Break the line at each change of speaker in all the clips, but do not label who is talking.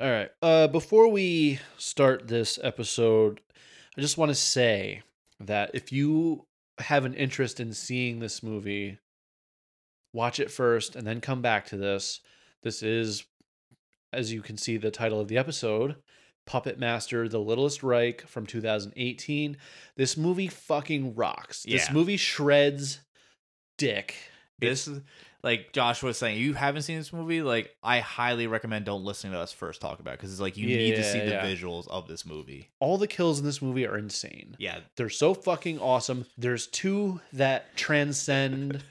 All right. Uh, before we start this episode, I just want to say that if you have an interest in seeing this movie, watch it first and then come back to this. This is, as you can see, the title of the episode Puppet Master, The Littlest Reich from 2018. This movie fucking rocks. This
Yeah.
movie shreds dick.
This is like Josh was saying, you haven't seen this movie. Like, I highly recommend don't listen to us first talk about because it's like you need to see
Yeah,
the
yeah.
visuals of this movie.
All the kills in this movie are insane.
Yeah,
They're so fucking awesome. There's two that transcend.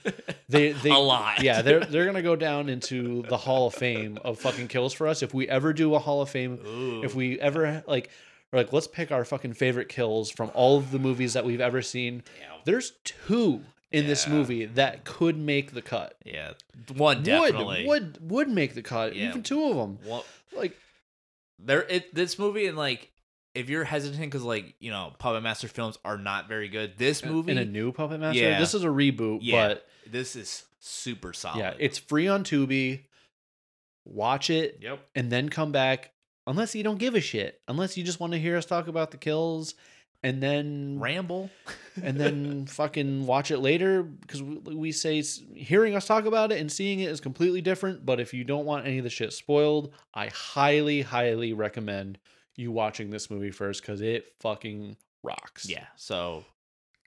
They they
A lot.
Yeah, they're they're gonna go down into the Hall of Fame of fucking kills for us if we ever do a Hall of Fame. If we ever like, we're like let's pick our fucking favorite kills from all of the movies that we've ever seen. There's two in this
Yeah.
movie that could make the cut.
yeah, one definitely
Would would would make the cut.
Yeah.
Even two of them.
One-
Like
there it this movie and like if you're hesitant because like you know Puppet Master films are not very good. This movie,
in a new Puppet Master.
Yeah.
This is a reboot,
yeah,
but
this is super solid.
Yeah, it's free on Tubi. Watch it
yep.
and then come back unless you don't give a shit. Unless you just want to hear us talk about the kills and then
Ramble.
and then fucking watch it later because we, we say s- hearing us talk about it and seeing it is completely different, but if you don't want any of the shit spoiled, I highly highly recommend you watching this movie first cuz it fucking rocks.
Yeah. So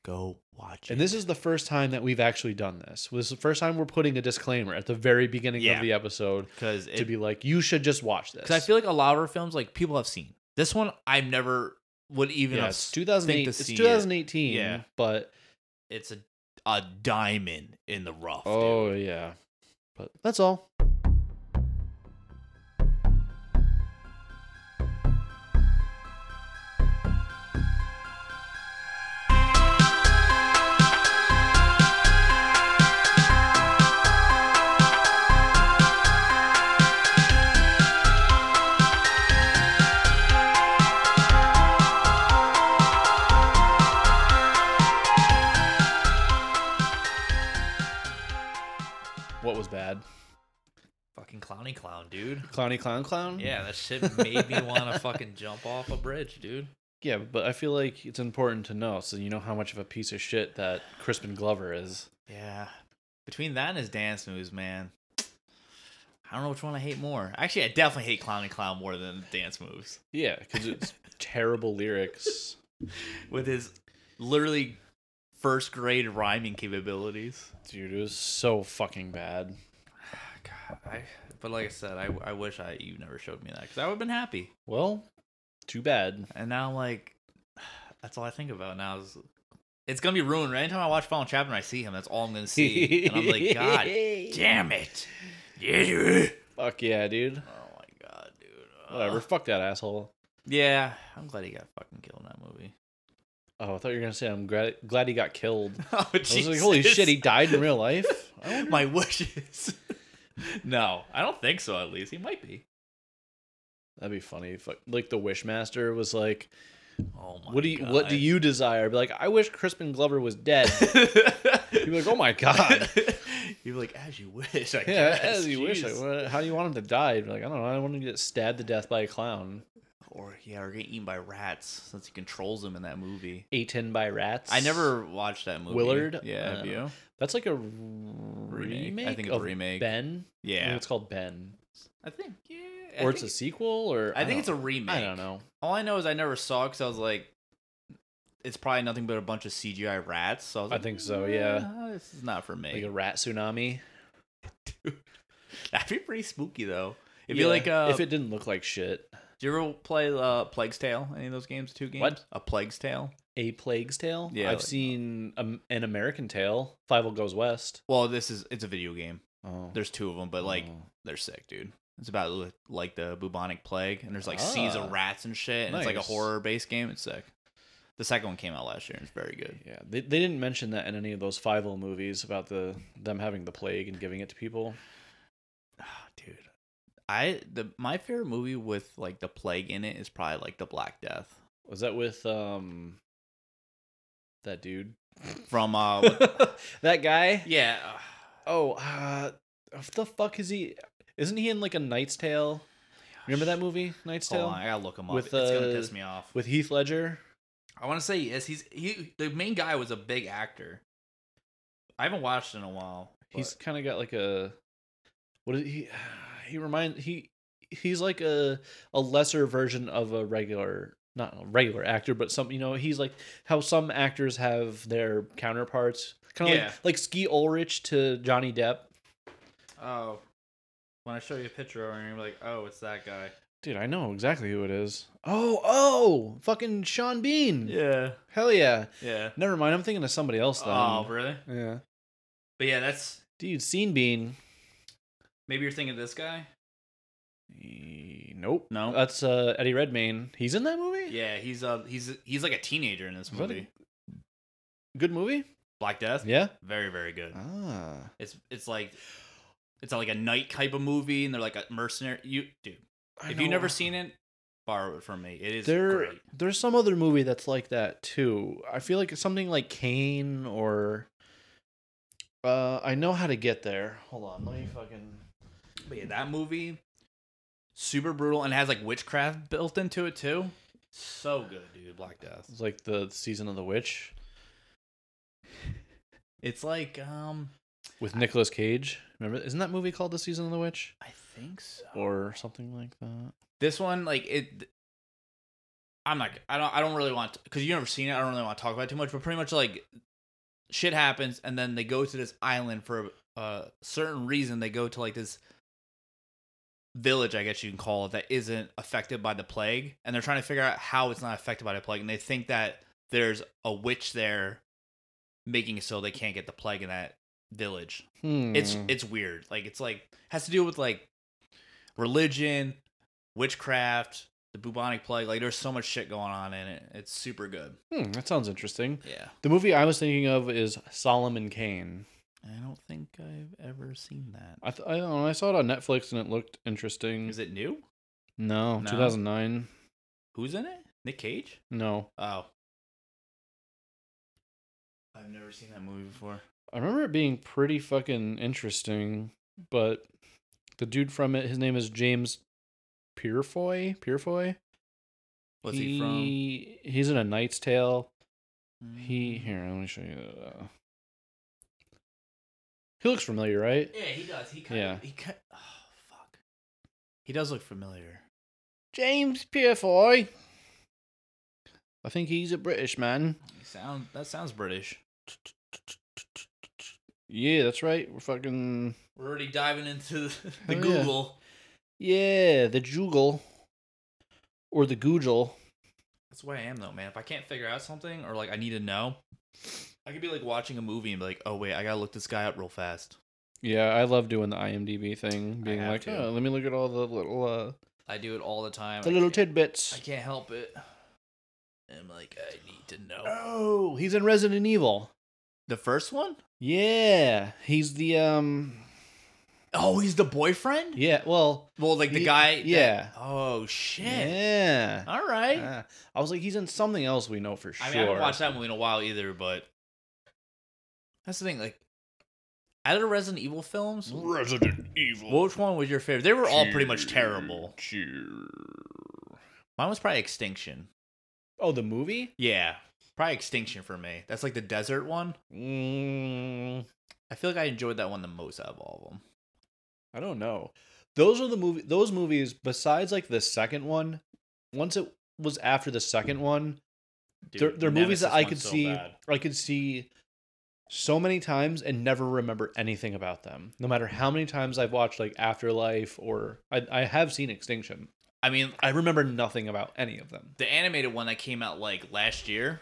go watch it.
And this is the first time that we've actually done this. This is the first time we're putting a disclaimer at the very beginning
Yeah.
of the episode
because
to be like, you should just watch this.
because I feel like a lot of her films like people have seen this one. I've never would even
yeah,
have
it's
s-
2008.
to
It's
see it.
2018.
Yeah.
but
it's a a diamond in the rough. dude.
oh yeah, but that's all. What was bad?
fucking clowny clown, dude.
Clowny clown clown.
Yeah, that shit made me want to fucking jump off a bridge, dude.
yeah, but I feel like it's important to know so you know how much of a piece of shit that Crispin Glover is.
Yeah. Between that and his dance moves, man. I don't know which one I hate more. Actually, I definitely hate Clown and Clown more than the dance moves.
Yeah, because it's terrible lyrics.
With his literally first grade rhyming capabilities.
Dude, it was so fucking bad.
God, I, but like I said, I, I wish I you never showed me that because I would have been happy.
Well, too bad.
And now I'm like, that's all I think about now is it's gonna be ruined. Right? Anytime I watch Final Chapter, and I see him. That's all I'm gonna see, and I'm like, God damn it! Yeah.
Fuck yeah, dude.
Oh my god, dude. Ugh.
Whatever. Fuck that asshole.
Yeah, I'm glad he got fucking killed in that movie.
Oh, I thought you were gonna say I'm gra- glad he got killed.
Oh,
I was like, holy shit, he died in real life. I wonder-
My wishes. no, I don't think so. At least he might be.
That'd be funny. If, like, like the Wishmaster was like,
Oh my.
"What do you What do you desire?" Be like, "I wish Crispin Glover was dead." You'd be like, "Oh my god."
You're like, as you wish. I
Yeah,
guess.
as you wish. Like,
Jeez.
what, how do you want him to die? Be like, I don't know. I want him to get stabbed to death by a clown,
Or yeah, or get eaten by rats since he controls them in that movie.
eaten by rats.
I never watched that movie.
Willard?
Yeah.
Uh,
have you?
That's like a remake.
I think it's a
of
remake.
Ben. I think
Yeah.
it's called Ben,
I think. Yeah.
or
I
it's a
think,
sequel, or
I think
don't-
it's a remake.
I don't know.
All I know is I never saw because I was like, it's probably nothing but a bunch of CGI rats. So I, was
I
like,
think so, yeah.
"Nah, this is not for
Like
me.
a rat tsunami.
That'd be pretty spooky though. It'd
Yeah,
be like uh,
if it didn't look like shit.
do you ever play uh, Plague's Tale? Any of those games? Two games?
What?
A Plague's Tale.
A Plague's Tale.
Yeah,
I've
like- uh,
seen um, an American Tale. Five Will Goes West.
Well, this is it's a video game.
Oh,
There's two of them, but like they're sick, dude. It's about li- like the bubonic plague, and there's like seas
Ah.
of rats and shit, and it's like a
Nice.
horror based game. It's sick. The second one came out last year, and it's very good.
yeah, they, they didn't mention that in any of those Five Will movies about the them having the plague and giving it to people.
Ah, dude, I the my favorite movie with like the plague in it is probably like the Black Death
Was that with um that dude?
from uh, what-
that guy?
yeah, uh,
Oh, uh, what the fuck is he? Isn't he in like a Knight's Tale? Remember that movie, Knight's
Hold
Tale,
on, Oh, I gotta look him up.
With,
it's gonna
uh,
piss me off.
with Heath Ledger?
I want to say yes. He's he. The main guy was a big actor. I haven't watched in a while. but-
He's kind of got like a what is he? He remind he he's like a a lesser version of a regular not a regular actor, but some you know he's like how some actors have their counterparts, kind of
Yeah.
like like Ski Ulrich to Johnny Depp.
oh. When I show you a picture of him, you're like, oh, it's that guy.
Dude, I know exactly who it is. Oh, oh, fucking Sean Bean.
Yeah.
Hell yeah.
Yeah.
Never mind. I'm thinking of somebody else though.
Oh, really?
yeah.
But yeah, that's
Dude, Scene Bean.
maybe you're thinking of this guy.
E- Nope.
No.
That's uh, Eddie Redmayne. He's in that movie?
Yeah, he's uh he's he's like a teenager in this
Is that a-
movie.
Good movie?
Black Death.
Yeah.
Very very good.
Ah.
It's it's like it's like a night type of movie, and they're like a mercenary. You dude,
I
if you've never
know.
seen it, borrow it from me. It is
there
great.
there's some other movie that's like that too. I feel like it's something like Kane or uh I know how to get there. Hold on, let me fucking
But yeah, that movie super brutal and has like witchcraft built into it too. So good, dude. Black Death.
It's like the season of the witch
It's like um,
with Nicolas Cage. Remember isn't that movie called The Season of the Witch
I think so.
or something like that?
this one like it i'm not i don't i don't really want because you never seen it i don't really want to talk about it too much but pretty much like shit happens and then they go to this island for a, a certain reason they go to like this village i guess you can call it that isn't affected by the plague and they're trying to figure out how it's not affected by the plague and they think that there's a witch there making it so they can't get the plague in that village
Hmm.
it's it's weird like it's like has to do with like religion witchcraft the bubonic plague like there's so much shit going on in it it's super good
Hmm, that sounds interesting.
yeah
The movie I was thinking of is Solomon Kane.
i don't think i've ever seen that
I th- I don't know, I saw it on Netflix and it looked interesting.
is it new
no,
No?
2009.
who's in it nick cage
No.
oh i've never seen that movie before
I remember it being pretty fucking interesting, but the dude from it, his name is James Purefoy. Purefoy.
what's he, from
from? He's in A Knight's Tale.
Hmm.
He here. Let me show you. Uh, he looks familiar, right?
yeah he does he
kinda- Yeah.
he kind oh fuck he does look familiar
James Purefoy. I think he's a British man.
he sound that sounds british
Yeah, that's right. We're fucking
we're already diving into the,
Oh,
the
yeah.
google
yeah. The Jugal or the Gujal.
That's where I am though, man. If I can't figure out something or like I need to know, I could be like watching a movie and be like, "Oh wait, I gotta look this guy up real fast."
Yeah, I love doing the IMDb thing, being
have
like,
to.
oh, let me look at all the little uh,
I do it all the time.
the
I
little
can't, I
tidbits.
can't help it. I'm like, I need to know.
Oh, he's in Resident Evil.
The first one?
Yeah, he's the um.
Oh, he's the boyfriend.
Yeah, well,
Well, like the
Ye-
guy. that-
yeah.
oh shit.
yeah.
All right.
Ah, I was like, he's in something else we know for sure.
I mean, I haven't watched that movie in a while either, but that's the thing. Like, out of the Resident Evil films,
Resident Evil.
which one was your favorite? They were all pretty much terrible.
Cheer.
Mine was probably Extinction.
Oh, the movie.
Yeah. Probably Extinction for me. That's like the desert one.
Mm,
I feel like I enjoyed that one the most out of all of them.
I don't know. Those are the movie. Those movies, besides like the second one, once it was after the second one, they're, they're movies that I could see I could see so many times and never remember anything about them. No matter how many times I've watched like Afterlife or I, I have seen Extinction.
I mean,
I remember nothing about any of them.
the animated one that came out like last year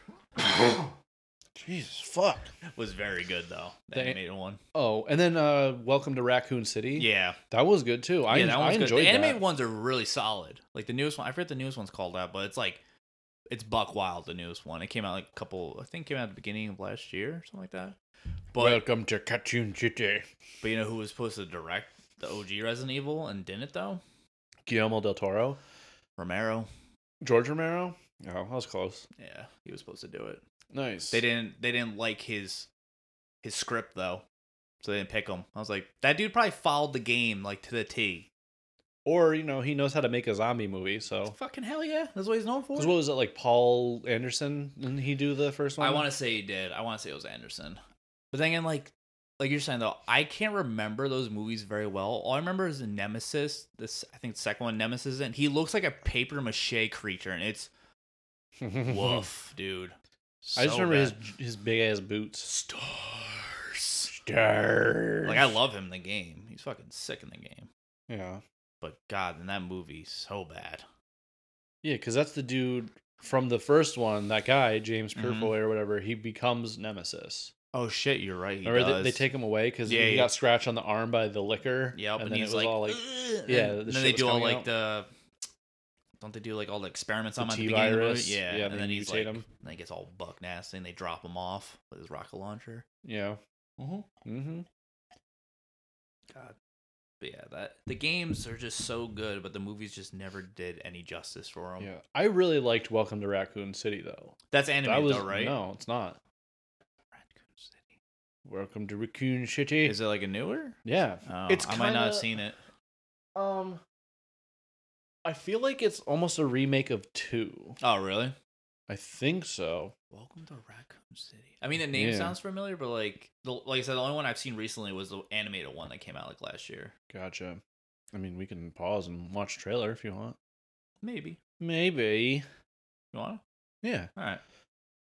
Jesus fuck.
was very good though. The
The-
animated one.
Oh, and then uh Welcome to Raccoon City.
Yeah.
That was good too. I,
yeah, that
I
one's good.
enjoyed
The
that.
animated ones are really solid. Like the newest one, I forget the newest one's called that, but it's like it's Buck Wild, the newest one. It came out like a couple I think it came out at the beginning of last year or something like that. But
Welcome to Cartoon City.
but you know who was supposed to direct the OG Resident Evil and didn't though?
Guillermo del Toro.
Romero.
George Romero. Oh, that was close.
Yeah, he was supposed to do it.
Nice.
They didn't. They didn't like his his script though, so they didn't pick him. I was like, that dude probably followed the game like to the T.
Or, you know, he knows how to make a zombie movie, so.
Fucking hell yeah. That's what he's known for.
'Cause Oh. what was it, like Paul Anderson? Didn't he do the first one?
I want to say he did. I want to say it was Anderson. But then again, like like you're saying though, I can't remember those movies very well. All I remember is Nemesis. This I think the second one, Nemesis, and he looks like a paper mache creature, and it's woof, dude.
I just
So
remember his
bad.
his big ass boots.
stars.
Stars.
Like I love him in the game. He's fucking sick in the game.
Yeah.
But God, in that movie, so bad.
Yeah, because that's the dude from the first one, that guy, James
Mhm.
Purfoy or whatever, he becomes Nemesis.
Oh shit, you're right. He
Remember they-
does.
they, take him away because
Yeah,
he
yeah.
got scratched on the arm by the liquor.
Yep, and,
then
he's
it was
like,
all like
"Ugh," and
yeah, the
Then,
shit
they
was
do all
coming
like
out.
the don't they do like all the experiments
The
on him at the beginning of
T-virus,
the movie? Yeah,
yeah,
and
they
then he's
mutate
like,
him.
and he gets all buck nasty, and they drop him off with his rocket launcher.
yeah.
Mm-hmm.
Mm-hmm.
God, but yeah, that the games are just so good, but the movies just never did any justice for them.
Yeah, I really liked Welcome to Raccoon City though.
That's
That
animated
was
though, right?
no, it's not.
Raccoon City.
Welcome to Raccoon City.
Is it like a newer?
yeah,
Oh,
It's
I might not
kinda-
have seen it.
Um, I feel like it's almost a remake of two.
Oh, really?
I think so.
Welcome to Raccoon City. I mean, the name
Yeah.
sounds familiar, but like, the, like I said, the only one I've seen recently was the animated one that came out like last year.
Gotcha. I mean, we can pause and watch a trailer if you want.
Maybe
Maybe.
you want
Yeah.
to. All right,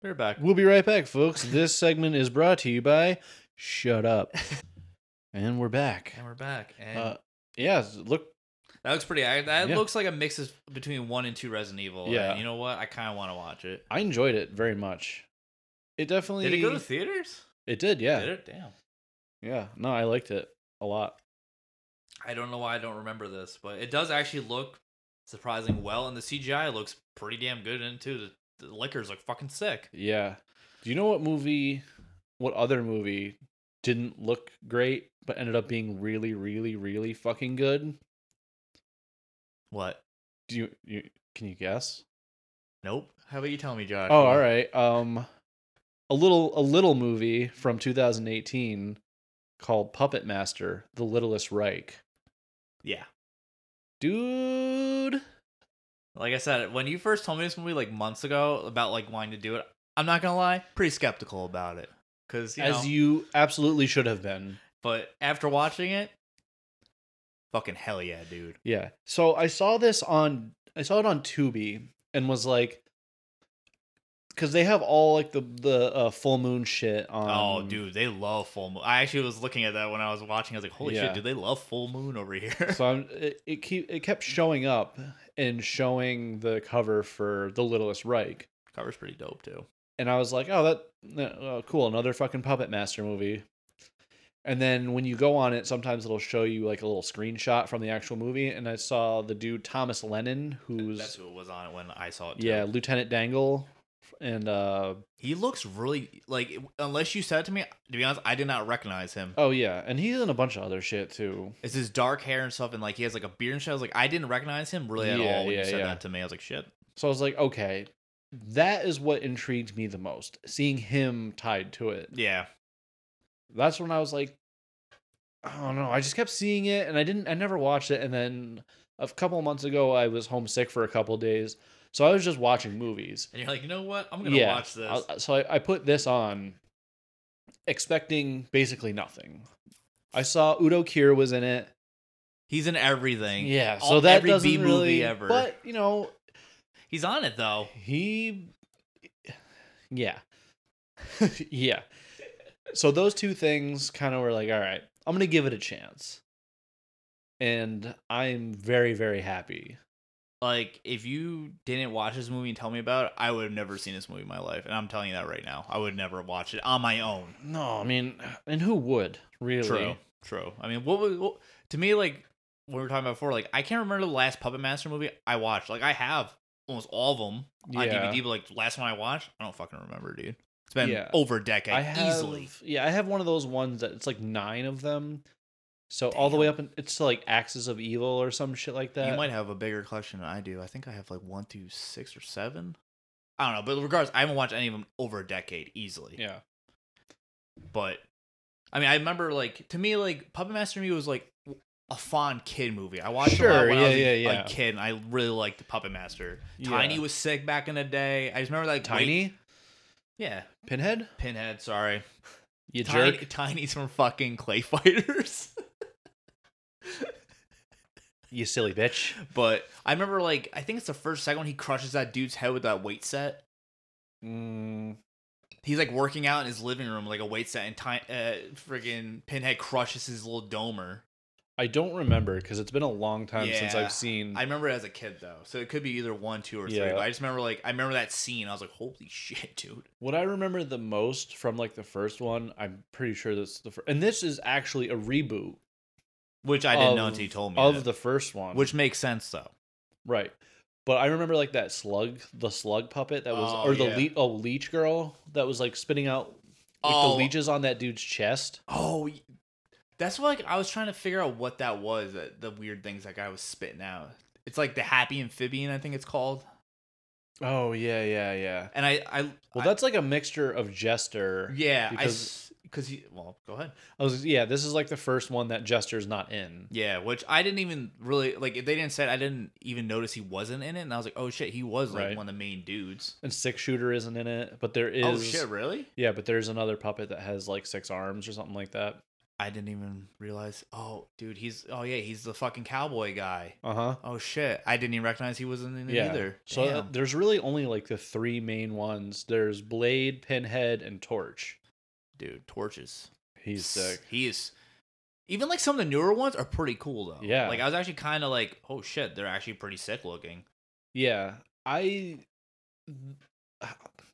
we're back.
We'll be right back, folks. This segment is brought to you by Shut Up. and we're back.
And we're back. And
Uh, yeah, s- look.
that looks pretty. I, that
yeah.
looks like a mix is between one and two Resident Evil. Yeah.
Yeah.
And you know what? I kind of want to watch it.
I enjoyed it very much. It definitely.
Did it go to theaters?
It did, yeah.
Did it? Damn.
Yeah. No, I liked it a lot.
I don't know why I don't remember this, but it does actually look surprising well, and the CGI looks pretty damn good in it too. The, the liquors look fucking sick.
Yeah. Do you know what movie, what other movie didn't look great, but ended up being really, really, really fucking good?
What?
Do you, you can you guess?
Nope. How about you tell me, Josh?
Oh, all right. Um, a little a little movie from 2018 called Puppet Master: The Littlest Reich.
Yeah.
Dude,
Like I said, when you first told me this movie like months ago about like wanting to do it, I'm not gonna lie, pretty skeptical about it. Cause you know,
as you absolutely should have been.
but after watching it, fucking hell yeah, dude.
Yeah. So I saw this on I saw it on Tubi and was like, because they have all like the the uh, full moon shit on.
oh, dude, they love full moon. I actually was looking at that when I was watching. I was like, holy
Yeah.
shit, do they love full moon over here?
So I'm, it it, keep, it kept showing up and showing the cover for The Littlest Reich.
Cover's pretty dope too.
and I was like, oh, that uh, oh, cool, another fucking Puppet Master movie. And then when you go on it, sometimes it'll show you like a little screenshot from the actual movie. And I saw the dude Thomas Lennon, who's
That's who it was on it when I saw it. Too.
yeah Lieutenant Dangle, and uh,
he looks really like. Unless you said it to me, to be honest, I did not recognize him.
oh yeah, and he's in a bunch of other shit too.
It's his dark hair and stuff, and like he has like a beard and shit. I was like, I didn't recognize him really at
Yeah,
all when
yeah,
you said
yeah.
that to me. I was like, shit.
So I was like, okay, that is what intrigued me the most, seeing him tied to it.
Yeah,
that's when I was like, I don't know. I just kept seeing it, and I didn't. I never watched it. And then a couple months ago, I was homesick for a couple days, so I was just watching movies.
and you're like, you know what? I'm gonna
Yeah,
watch this.
I- so I, I put this on, expecting basically nothing. I saw Udo Kier was in it.
He's in everything.
Yeah, so
All-
that
every
doesn't
B movie
really.
ever.
But you know,
He's on it though.
He, yeah, yeah. So those two things kind of were like, all right, I'm gonna give it a chance, and I'm very very happy.
Like, if you didn't watch this movie and tell me about it, I would have never seen this movie in my life. And I'm telling you that right now. I would never watch it on my own.
No, I mean, and who would really?
True. True. I mean, what, was, what to me, like, when we were talking about before, like, I can't remember the last Puppet Master movie I watched. Like, I have almost all of them on
Yeah.
DVD, but, like, the last one I watched, I don't fucking remember, dude. It's been
Yeah.
over a decade,
I have,
easily.
Yeah, I have one of those ones that it's like nine of them. So all the way up, in, it's like Axis of Evil or some shit like that.
you might have a bigger collection than I do. I think I have, like, one through six or seven. I don't know. But regardless, I haven't watched any of them over a decade, easily.
yeah,
but I mean, I remember like to me, like Puppet Master to me was like a fond kid movie. I watched it a lot
Sure,
when I
yeah,
was a,
yeah,
a
yeah.
kid, and I really liked the Puppet Master. Tiny
Yeah.
was sick back in the day. I just remember like wait-
Tiny
yeah,
Pinhead.
Pinhead. Sorry,
You
Tiny,
jerk.
Tiny's from fucking Clay Fighters.
You silly bitch.
but I remember like I think it's the first second one he crushes that dude's head with that weight set.
Mm,
He's like working out in his living room like a weight set, and Tiny uh, friggin' Pinhead crushes his little domer.
I don't remember because it's been a long time since
Yeah,
I've seen.
I remember it as a kid though, so it could be either one, two, or three.
Yeah.
But I just remember like I remember that scene. I was like, "Holy shit, dude!"
What I remember the most from like the first one, I'm pretty sure that's the first, and this is actually a reboot
Which I didn't know
Of-
until you told me.
of
that.
the first one,
which makes sense though.
right. But I remember like that slug, the slug puppet that was,
Oh,
or the
yeah.
le- oh, leech girl that was like spitting out like
Oh.
the leeches on that dude's chest.
Oh, y- that's why like, I was trying to figure out what that was. That the weird things that guy was spitting out. It's like the happy amphibian, I think it's called.
Oh yeah, yeah, yeah.
And I, I
Well,
I-
that's like a mixture of jester.
yeah,
because-
because because he. Well, go ahead.
I was yeah. This is like the first one that jester's not in.
Yeah, which I didn't even really like. If they didn't say it, I didn't even notice he wasn't in it, and I was like, "Oh shit, he was like
Right.
one of the main dudes."
And six shooter isn't in it, but there is.
oh shit, really?
Yeah, but there's another puppet that has like six arms or something like that.
I didn't even realize. Oh, dude, he's oh yeah, he's the fucking cowboy guy.
Uh huh.
Oh shit, I didn't even recognize he wasn't in it
Yeah.
either.
So uh,
Damn.
there's really only like the three main ones. There's Blade, Pinhead, and Torch.
dude, torches.
He's sick.
He is. Even like some of the newer ones are pretty cool though.
Yeah.
Like I was actually kind of like, oh shit, they're actually pretty sick looking.
Yeah, I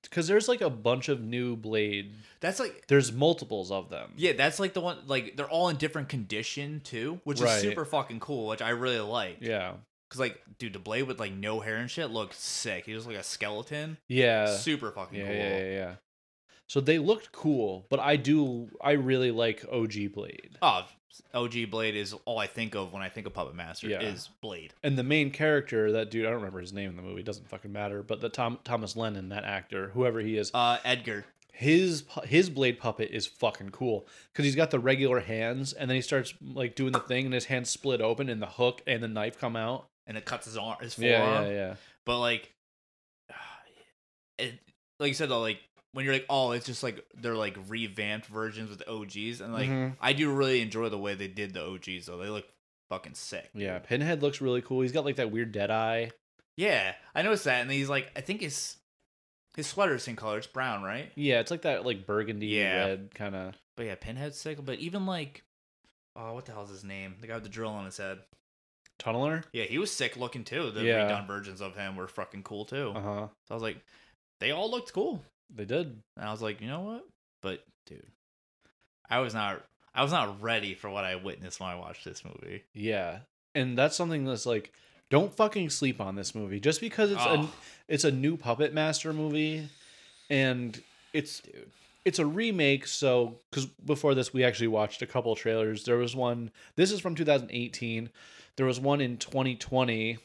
because there's like a bunch of new Blade.
That's like.
There's multiples of them.
Yeah, that's like the one. Like they're all in different condition too, which
Right.
is super fucking cool, which I really like.
yeah,
Cause like, dude, the blade with like no hair and shit looked sick. He was like a skeleton.
yeah,
super fucking
Uh, yeah,
cool.
yeah, yeah, yeah. So they looked cool, but I do I really like OG Blade,
Oh, OG Blade is all I think of when I think of Puppet Master
Yeah.
is Blade.
and the main character that dude I don't remember his name in the movie doesn't fucking matter, but the Tom Thomas Lennon that actor whoever he is
Uh, Edgar.
his pu- his blade puppet is fucking cool because he's got the regular hands and then he starts like doing the thing and his hands split open and the hook and the knife come out
and it cuts his arm, his forearm.
yeah yeah yeah
But like, it, like you said though, like when you're like, oh, it's just like they're like revamped versions with OGs, and like
Mhm.
I do really enjoy the way they did the OGs though. They look fucking sick.
yeah pinhead looks really cool he's got like that weird dead eye
Yeah, I noticed that, and he's like, I think his his sweater's in color. It's brown, right?
yeah it's like that like burgundy
Yeah.
red kind of
But yeah, Pinhead's sick. But even like, oh, what the hell's his name? The guy with the drill on his head.
tunneler
Yeah, he was sick looking too. The
Yeah.
redone versions of him were fucking cool too.
uh-huh
So I was like, they all looked cool.
they did
And I was like, you know what? But dude, I was not I was not ready for what I witnessed when I watched this movie.
yeah and that's something that's like don't fucking sleep on this movie just because it's a
Oh,
it's a new puppet master movie and it's
dude.
it's a remake so because before this we actually watched a couple trailers there was one this is from 2018 there was one in 2020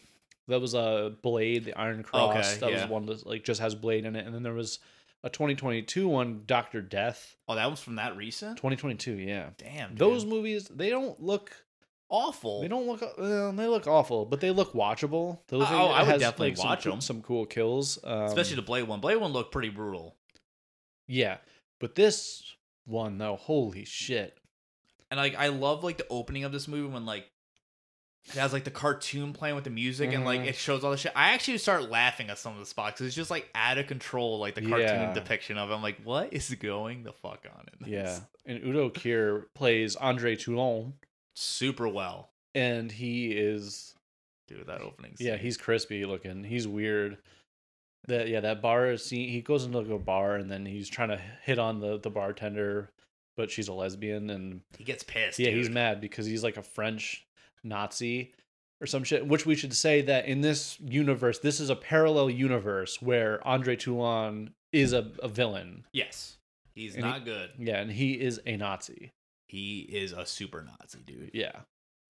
that was a uh, blade the iron cross
Okay,
that
yeah.
was one that like just has blade in it and then there was a 2022 one dr death
Oh, that was from that recent?
2022 yeah
Damn. Dude.
those movies they don't look
awful.
they don't look well, they look awful but they look watchable they look
Oh,
it
I would
has,
definitely
some
watch
cool-
'em.
some cool kills um,
Especially the Blade one. Blade one looked pretty brutal.
yeah but this one though holy shit
And like I love like the opening of this movie when like it has like the cartoon playing with the music and like
Mhm.
it shows all the shit. I actually start laughing at some of the spots 'cause it's just like out of control, like the cartoon
Yeah.
depiction of it. I'm like, what is going the fuck on in this?
Yeah. And Udo Kier plays Andre Toulon
Super well.
and he is
Dude, that opening
yeah,
scene.
he's crispy looking. He's weird. That yeah, that bar scene he goes into like a bar and then he's trying to hit on the the bartender, but she's a lesbian and
He gets pissed.
yeah, he's
dude.
mad because he's like a French Nazi or some shit, which we should say that in this universe, this is a parallel universe where Andre Toulon is a, a villain.
Yes. He's
And he-
not good.
Yeah, and he is a Nazi.
He is a super Nazi, dude.
Yeah.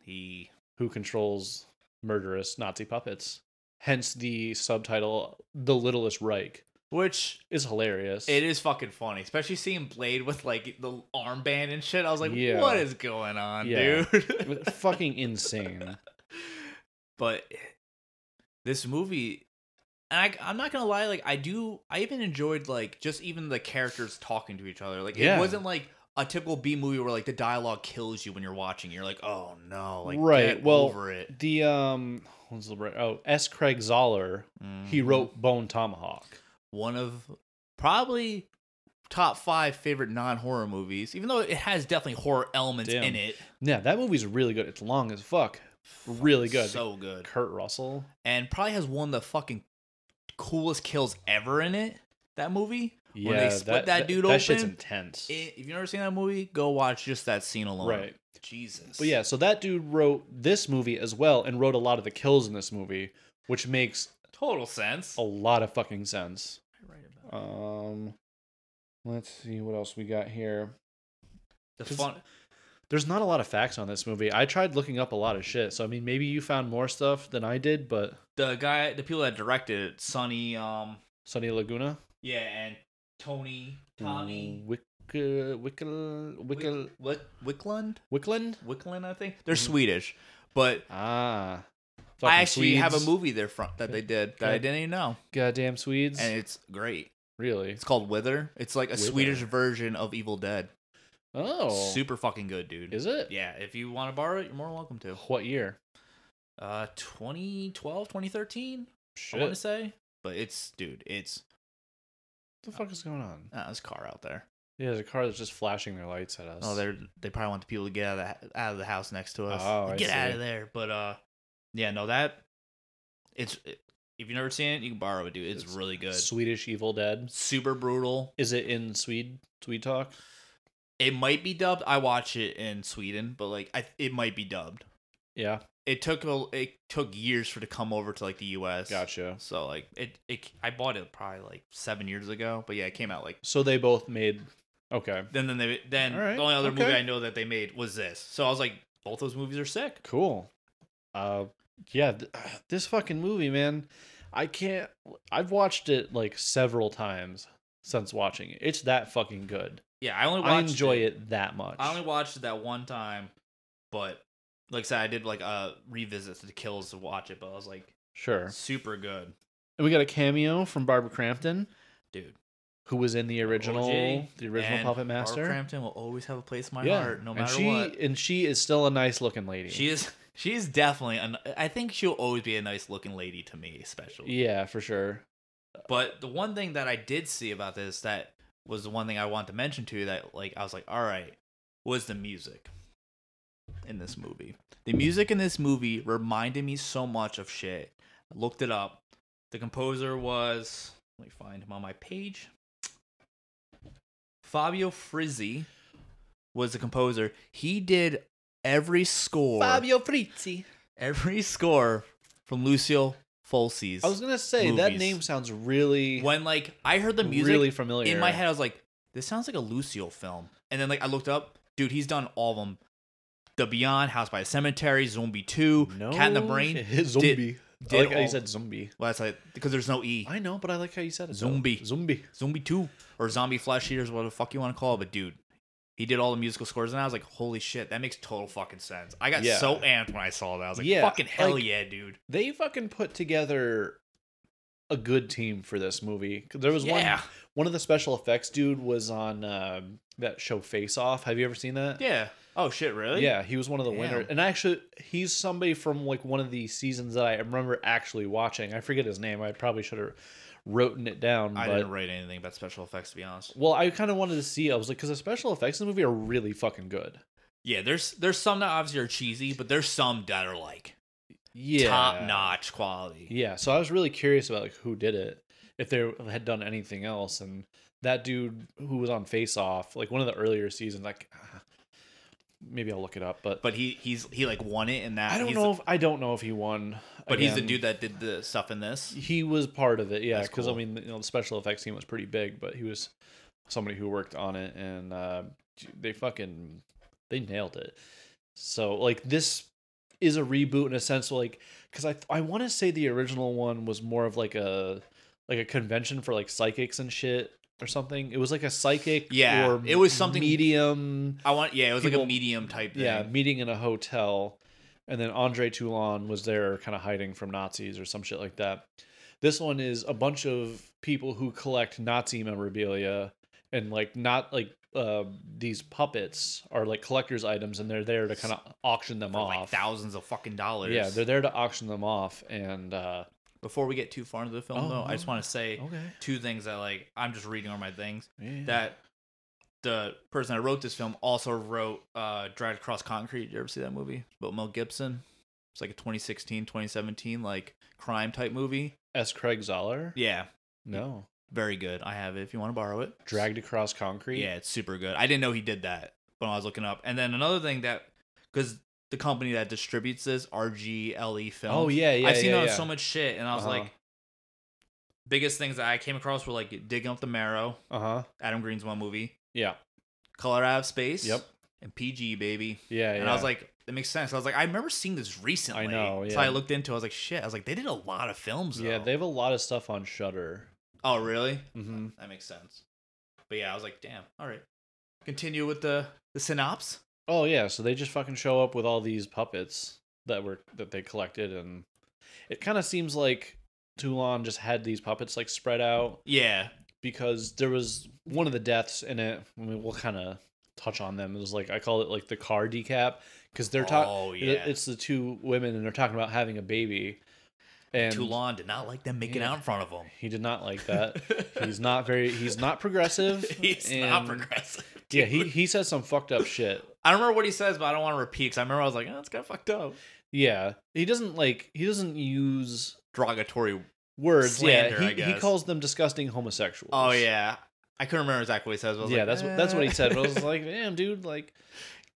He
who controls murderous Nazi puppets. Hence the subtitle, The Littlest Reich.
which
is hilarious.
it is fucking funny, especially seeing Blade with like the armband and shit. I was like,
Yeah.
what is going on,
Yeah.
dude?
fucking insane.
but eh, this movie and I, i'm not gonna lie like i do i even enjoyed like just even the characters talking to each other like
Yeah.
it wasn't like a typical b movie where like the dialogue kills you when you're watching you're like oh no like
Right,
get
well,
over it
The um, what's the right? Oh, S. Craig Zoller. He
Mhm.
wrote Bone Tomahawk.
one of probably top five favorite non-horror movies even though it has definitely horror elements
Damn.
in it
Yeah, that movie's really good. It's long as fuck. Really good.
so good
Kurt Russell.
and probably has one of the fucking coolest kills ever in it that movie
Yeah,
When they split that dude
That shit's
open,
intense.
It, Eh, if you've never seen that movie, go watch just that scene alone.
right.
Jesus.
But yeah, so that dude wrote this movie as well and wrote a lot of the kills in this movie, which makes
Total sense.
a lot of fucking sense.
Right about it.
Um let's see what else we got here.
The
'cause-
fun.
There's not a lot of facts on this movie. I tried looking up a lot of shit. So I mean, maybe you found more stuff than I did, but
The guy, the people that directed it, Sonny, um,
Sunny Laguna,
yeah, and Tony, Tommy,
Wick Wickel Mm. Wickel
Wick, Wickland,
Wickland?
Wickland, I think they're
Mhm.
Swedish, but
Ah.
I
Fucking
actually have a
Swedes.
movie there from that they did that I
Okay.
didn't even know,
Goddamn Swedes.
and it's great.
really?
It's called Wither. It's like a
Wither.
Swedish version of Evil Dead.
Oh.
Super fucking good, dude.
Is it?
yeah, if you want to borrow it, you're more than welcome to.
What year?
Uh, 2012, 2013. I want to
Shit.
say, but it's dude, it's
What the fuck is going on?
uh, this car out there.
Yeah, there's a car that's just flashing their lights at us.
Oh, they're they probably want the people to get out of the, out of the house next to us.
Oh, I
get out
see.
of there! But uh, yeah, no, that it's it- if you've never seen it, you can borrow it, dude. It's,
It's
really good,
Swedish Evil Dead.
super brutal.
Is it in Swede? Swede talk?
It might be dubbed. I watch it in Sweden, but like I, it might be dubbed.
Yeah.
It took a, it took years for it to come over to like the U.S.
Gotcha.
So like it, it I bought it probably like seven years ago, but yeah, it came out like
So they both made. Okay.
Then then they then
All right,
the only other movie
okay.
I know that they made was this. So I was like, both those movies are sick.
Cool. Uh, yeah. Th- this fucking movie, man. I can't. I've watched it like several times since watching it. It's that fucking good.
Yeah, I only watched
I enjoy it, that much.
I only watched it that one time, but like I said, I did like uh revisit the kills to watch it, but I was like
sure.
super good,
And we got a cameo from Barbara Crampton,
dude.
who was in the original,
OJ
the original
and
Puppet
Barbara
Master.
Crampton will always have a place in my heart, no
and
matter
she,
what.
And she is still a nice looking lady.
She is she is definitely an, I think she'll always be a nice looking lady to me, especially.
Yeah, for sure.
But the one thing that I did see about this that was the one thing I wanted to mention to you that like I was like, all right, was the music in this movie. The music in this movie reminded me so much of shit. I looked it up. The composer was let me find him on my page. Fabio Frizzi was the composer. He did every score
Frizzi.
every score from Lucio Fulci's.
I was gonna say that
Movies.
name sounds really,
when like I heard the music
really familiar
in my head, I was like, this sounds like a Lucio film. And then like I looked up, dude, he's done all of them. The Beyond, House by a Cemetery, Zombie 2, Cat in the Brain.
shit. zombie. I
did
like how you
all-
said zombie.
Well, that's like because there's no E.
I know, but I like how you said it. though.
Zombie.
Zombie.
Zombie 2 or Zombie Flesh Eaters, what the fuck you want to call it, but dude, he did all the musical scores and I was like, holy shit, that makes total fucking sense. I got
Yeah.
so amped when I saw that. I was like,
Yeah,
fucking hell
like-
yeah, dude.
They fucking put together a good team for this movie. 'Cause There was
yeah.
one. One of the special effects dude was on um, that show Face Off. Have you ever seen that?
Yeah. Oh shit, really?
Yeah, he was one of the
Damn.
winners. And actually, he's somebody from like one of the seasons that I remember actually watching. I forget his name. I probably should have written it down.
I
but,
didn't write anything about special effects to be honest.
Well, I kind of wanted to see. I was like, because the special effects in the movie are really fucking good.
Yeah, there's there's some that obviously are cheesy, but there's some that are like
Yeah.
top notch quality.
Yeah. So I was really curious about like who did it, if they had done anything else, and that dude who was on Face Off, like one of the earlier seasons, like ah, maybe I'll look it up, but.
But he he's he like won it in that.
I don't
he's-
know if I don't know if he won.
but he's the
again.
dude that did the stuff in this.
He was part of it, yeah.
That's
Because I
cool.
mean, you know, the special effects team was pretty big, but he was somebody who worked on it, and uh, they fucking they nailed it. So like this is a reboot in a sense, like because I I want to say the original one was more of like a like a convention for like psychics and shit or something. It was like a psychic
Yeah,
or
it was something-
medium
I want yeah, it was
People-
like a medium type thing.
yeah, meeting in a hotel and then Andre Toulon was there kind of hiding from Nazis or some shit like that. This one is a bunch of people who collect Nazi memorabilia and like not like uh, these puppets are like collectors items and they're there to kind of auction them
for
off.
like thousands of fucking dollars.
yeah, they're there to auction them off and uh
Before we get too far into the film,
Oh,
though, I just
no.
want to say
okay.
two things that like I'm just reading over my things
Yeah.
that the person that wrote this film also wrote uh Drive Across Concrete. Did you ever see that movie? About Mel Gibson. It's like a 2016, 2017 like crime type movie.
S. Craig Zoller?
Yeah,
No.
very good. I have it if you want to borrow it.
Dragged across concrete.
Yeah, it's super good. I didn't know he did that when I was looking up. And then another thing that because the company that distributes this RGLE film.
Oh yeah, yeah.
E I've seen
yeah,
it on
yeah.
so much shit, and I was
Uh-huh.
like, biggest things that I came across were like digging up the marrow,
Uh huh.
Adam Green's one movie,
Yeah.
Color Out of Space,
Yep.
and PG baby.
Yeah.
And I was like, that makes sense. I was like, I remember seeing this recently.
know,
So I
yeah.
looked into. it. I was like, shit. I was like, they did a lot of films. Though.
yeah, they have a lot of stuff on Shutter.
Oh really?
Mm-hmm.
That makes sense. But yeah, I was like, damn. All right. Continue with the the synopsis.
Oh yeah, so they just fucking show up with all these puppets that were that they collected, and it kind of seems like Toulon just had these puppets like spread out
Yeah.
because there was one of the deaths in it. I mean, we'll kind of touch on them. It was like I call it like the car decap because they're talking.
Oh yeah.
It's the two women and they're talking about having a baby, and
Toulon did not like them making
Yeah.
out in front of him.
he did not like that. he's not very. He's not progressive.
He's not
and-
progressive.
Yeah, he he says some fucked up shit.
I don't remember what he says, but I don't want to repeat because I remember I was like, oh, it's kind of fucked up.
Yeah, he doesn't like he doesn't use
Derogatory.
words.
Slander,
yeah, he,
I
he
guess.
calls them disgusting homosexuals.
Oh yeah, I couldn't remember exactly what he says. But I was
yeah,
like,
that's what that's what he said. But I was
eh.
like, damn, dude, like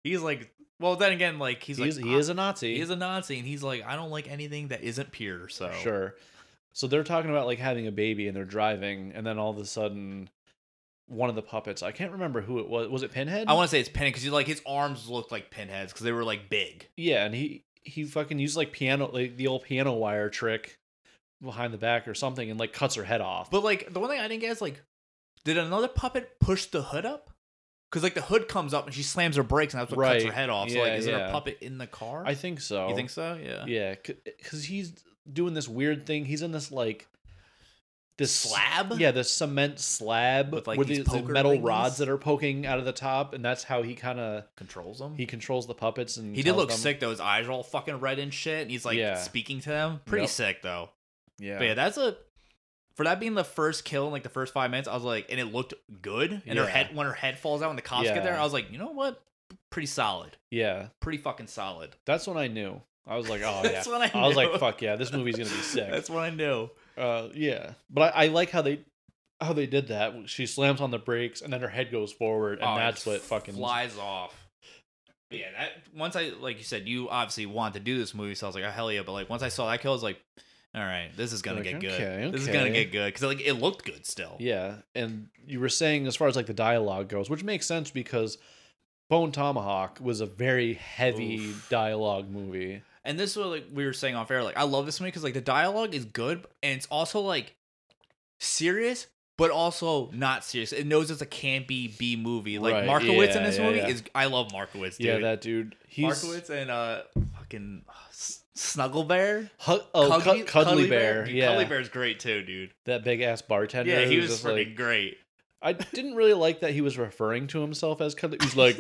he's like, well, then again, like he's,
he's,
like,
he
"Ah,
is a Nazi.
he is a Nazi, and he's like, I don't like anything that isn't pure. So
sure. So they're talking about like having a baby and they're driving, and then all of a sudden, one of the puppets. I can't remember who it was. Was it Pinhead?
I want to say it's Pinhead because like his arms looked like pinheads because they were like big.
Yeah, and he he fucking used like piano, like the old piano wire trick behind the back or something, and like cuts her head off.
But like the one thing I didn't get is like, did another puppet push the hood up? Because like the hood comes up and she slams her brakes and that's what cuts her
Right.
head off. so
Yeah,
like, is there
yeah.
a puppet in the car?
I think so.
You think so? Yeah.
Yeah, because he's doing this weird thing. He's in this like this
Slab?
Yeah, this cement slab
With,
with
like,
like
these
these, the
poker
metal
rings?
rods that are poking out of the top, and that's how he kind of
Controls them.
he
He,
controls the puppets. And
did
tells
look
them-
sick though. His eyes are all fucking red and shit, and he's like
Yeah.
speaking to them. Pretty
Yep.
sick though.
Yeah,
But yeah, that's a for that being the first kill in like the first five minutes. I was like, and it looked good. And her
Yeah.
head when her head falls out when the cops get there,
Yeah.
I was like, you know what? Pretty solid.
yeah.
Pretty fucking solid.
That's when I knew. I was like, oh yeah.
that's what I.
I was
knew.
like, fuck yeah, this movie's gonna be sick.
That's what I knew.
uh, yeah, but I, I like how they how they did that. She slams on the brakes, and then her head goes forward, and
Oh, it
that's what
f-
fucking
flies off. But yeah, that once I like you said, you obviously want to do this movie, so I was like, oh, hell yeah! But like once I saw that kill, I was like, all right, this is gonna
Like,
get good.
okay,
This is gonna
okay.
get good because like it looked good still.
Yeah, and you were saying as far as like the dialogue goes, which makes sense because Bone Tomahawk was a very heavy
Oof.
dialogue movie.
And this was like we were saying off air. Like I love this movie because like the dialogue is good and it's also like serious, but also not serious. It knows it's a campy B movie. Like
Right,
Markowitz in
yeah,
this
yeah,
movie
yeah.
is. I love Markowitz. Dude.
Yeah, that dude. He's
Markowitz and uh fucking uh, S- Snuggle Bear.
Hu- oh, Cu-
Cuddly-
Cuddly, Bear.
Dude,
Yeah,
Cuddly Bear's great too, dude.
that big ass bartender.
Yeah, he
who's
was
just like.
freaking great.
I didn't really like that he was referring to himself as Cuddly. He's like,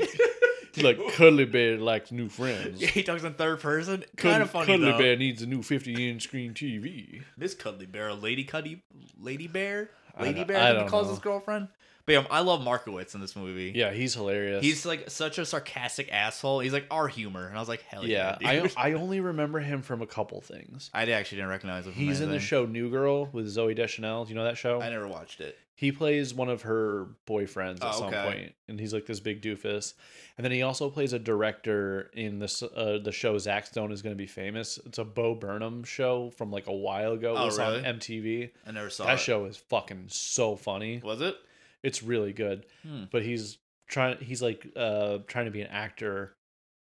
he's like Cuddly Bear likes new friends.
yeah, he talks in third person.
Cud-
Kind of funny
Cuddly
though.
Bear needs a new 50-inch screen TV.
This Cuddly Bear, Lady Cuddy, Lady Bear,
I
Lady
don't-
Bear.
I
I think he
don't
calls
know.
his girlfriend. But yeah, I love Markowitz in this movie.
Yeah, he's hilarious.
He's like such a sarcastic asshole. He's like our humor, and I was like, hell yeah.
yeah. I
dude.
I only remember him from a couple things.
I, actually didn't recognize him. from
He's in the
anything.
show New Girl with Zoe Deschanel. Do you know that show?
I never watched it.
He plays one of her boyfriends at
Oh,
some
okay.
point, and he's like this big doofus. And then he also plays a director in this uh, the show Zack Stone is going to be famous. It's a Bo Burnham show from like a while ago.
Oh,
it was
really?
on MTV.
I never saw
that
it.
show is fucking so funny.
Was it?
It's really good.
Hmm.
But he's trying. He's like uh, trying to be an actor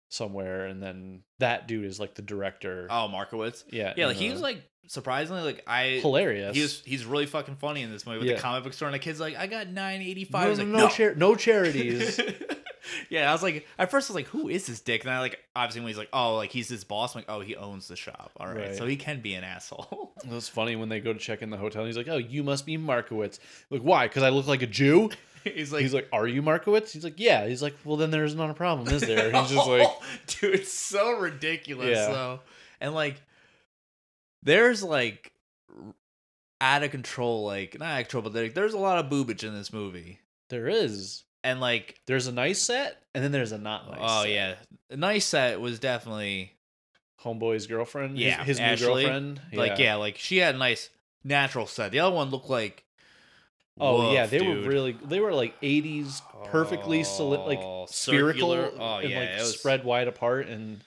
somewhere, and then that dude is like the director.
Oh, Markowitz.
yeah,
Yeah,
in
like he
the-
was like surprisingly, like I
Hilarious.
he's he's really fucking funny in this movie with
Yeah.
the comic book store and the kid's like, I got nine eighty
no,
five. I was
no,
like,
no,
no,
char- no charities.
yeah, I was like, at first I was like, who is this dick? And I like, obviously, when he's like, oh, like he's his boss. I'm like, oh, he owns the shop. All right,
Right.
so he can be an asshole.
It was funny when they go to check in the hotel. And he's like, "Oh, you must be Markowitz." Like, why? Because I look like a Jew.
he's like,
he's like, "Are you Markowitz?" He's like, "Yeah." He's like, "Well, then there's not a problem, is there?" And he's just like,
dude, it's so ridiculous
Yeah.
though. And like, there's like out of control, like not out of control, but like, there's a lot of boobage in this movie.
"There is.
And like,
There's a nice set, and then there's a not nice."
oh
set.
yeah, nice set was definitely
homeboy's girlfriend. his-
Yeah,
his,
Ashley.
new girlfriend.
like yeah, like she had a nice natural set. The other one looked like.
Oh yeah,
woof,
they
dude.
were really they were like '80s, perfectly solid, like
Oh,
spherical,
circular. Oh
and
yeah,
like
it was,
spread wide apart. And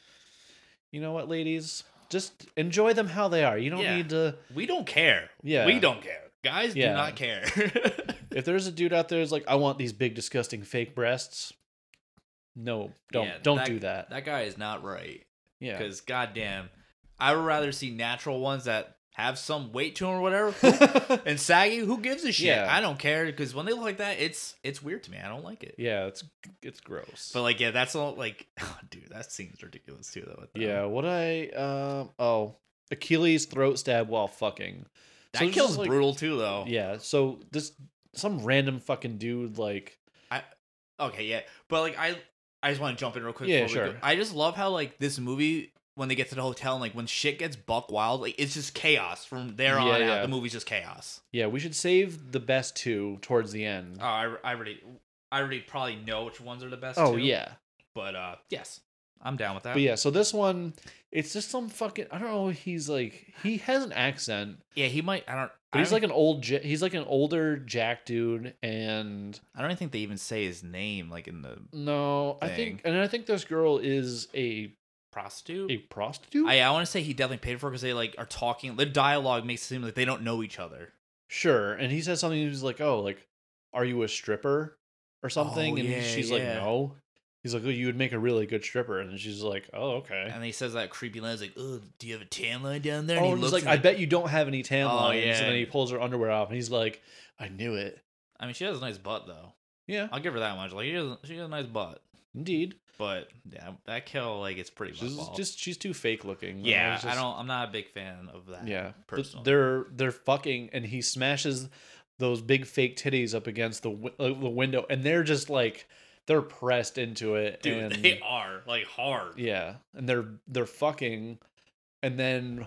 you know what, ladies, just enjoy them how they are. You don't
Yeah.
need to.
We don't care.
Yeah.
we don't care. Guys
Yeah.
do not care.
If there's a dude out there who's like, I want these big, disgusting fake breasts. No, don't
Yeah,
don't do that.
That guy is not right.
yeah,
Because goddamn, I would rather see natural ones that have some weight to them or whatever. and saggy, who gives a shit?
Yeah.
I don't care because when they look like that, it's it's weird to me. I don't like it.
yeah, it's it's gross.
But like, yeah, that's all. Like, dude, that seems ridiculous too, though. with them.
yeah, what I um oh Achilles throat stab while fucking.
that
So it's
kill's
just, like-
brutal too, though.
Yeah, so this some random fucking dude like
Okay, yeah, but like I, I just want to jump in real quick.
Yeah,
before we
sure.
go. I just love how like this movie when they get to the hotel and like when shit gets buck wild, like it's just chaos from there on
Yeah,
out.
yeah.
The movie's just chaos.
yeah, we should save the best two towards the end.
Oh, I, I already, I already probably know which ones are the best.
oh
too,
yeah.
but uh, yes, I'm down with that.
But yeah, so this one it's just some fucking I don't know, he's like he has an accent,
Yeah, he might. I don't.
but
I
he's
don't-
like an old Ja- he's like an older jack dude and
I don't even think they even say his name, like in the
no, I think and I think this girl is a
prostitute.
a prostitute?
I, I want to say he definitely paid for because they like are talking. The dialogue makes it seem like they don't know each other.
sure. And he says something he's like, "Oh, like are you a stripper?" or something
Oh,
and
yeah,
she's like,
yeah.
"No." He's like, "Oh, you would make a really good stripper." And she's like, "Oh, okay."
And he says that creepy line, he's like, "Oh, do you have a tan line down there?"
Oh,
and
and he's like, I
bet.
bet you don't have any tan
Oh,
lines.
yeah.
And then he pulls her underwear off and he's like, I knew it.
I mean, she has a nice butt though.
Yeah,
I'll give her that much. Like, she has, she has a nice butt,
indeed.
but yeah, that kill like it's pretty
She's
much
just she's too fake looking. Like,
yeah.
it's
I
just-
don't. I'm not a big fan of that.
Yeah, But
personally.
they're they're fucking, and he smashes those big fake titties up against the wi- uh, the window, and they're just like they're pressed into it.
dude,
and,
they are like hard.
yeah, and they're they're fucking, and then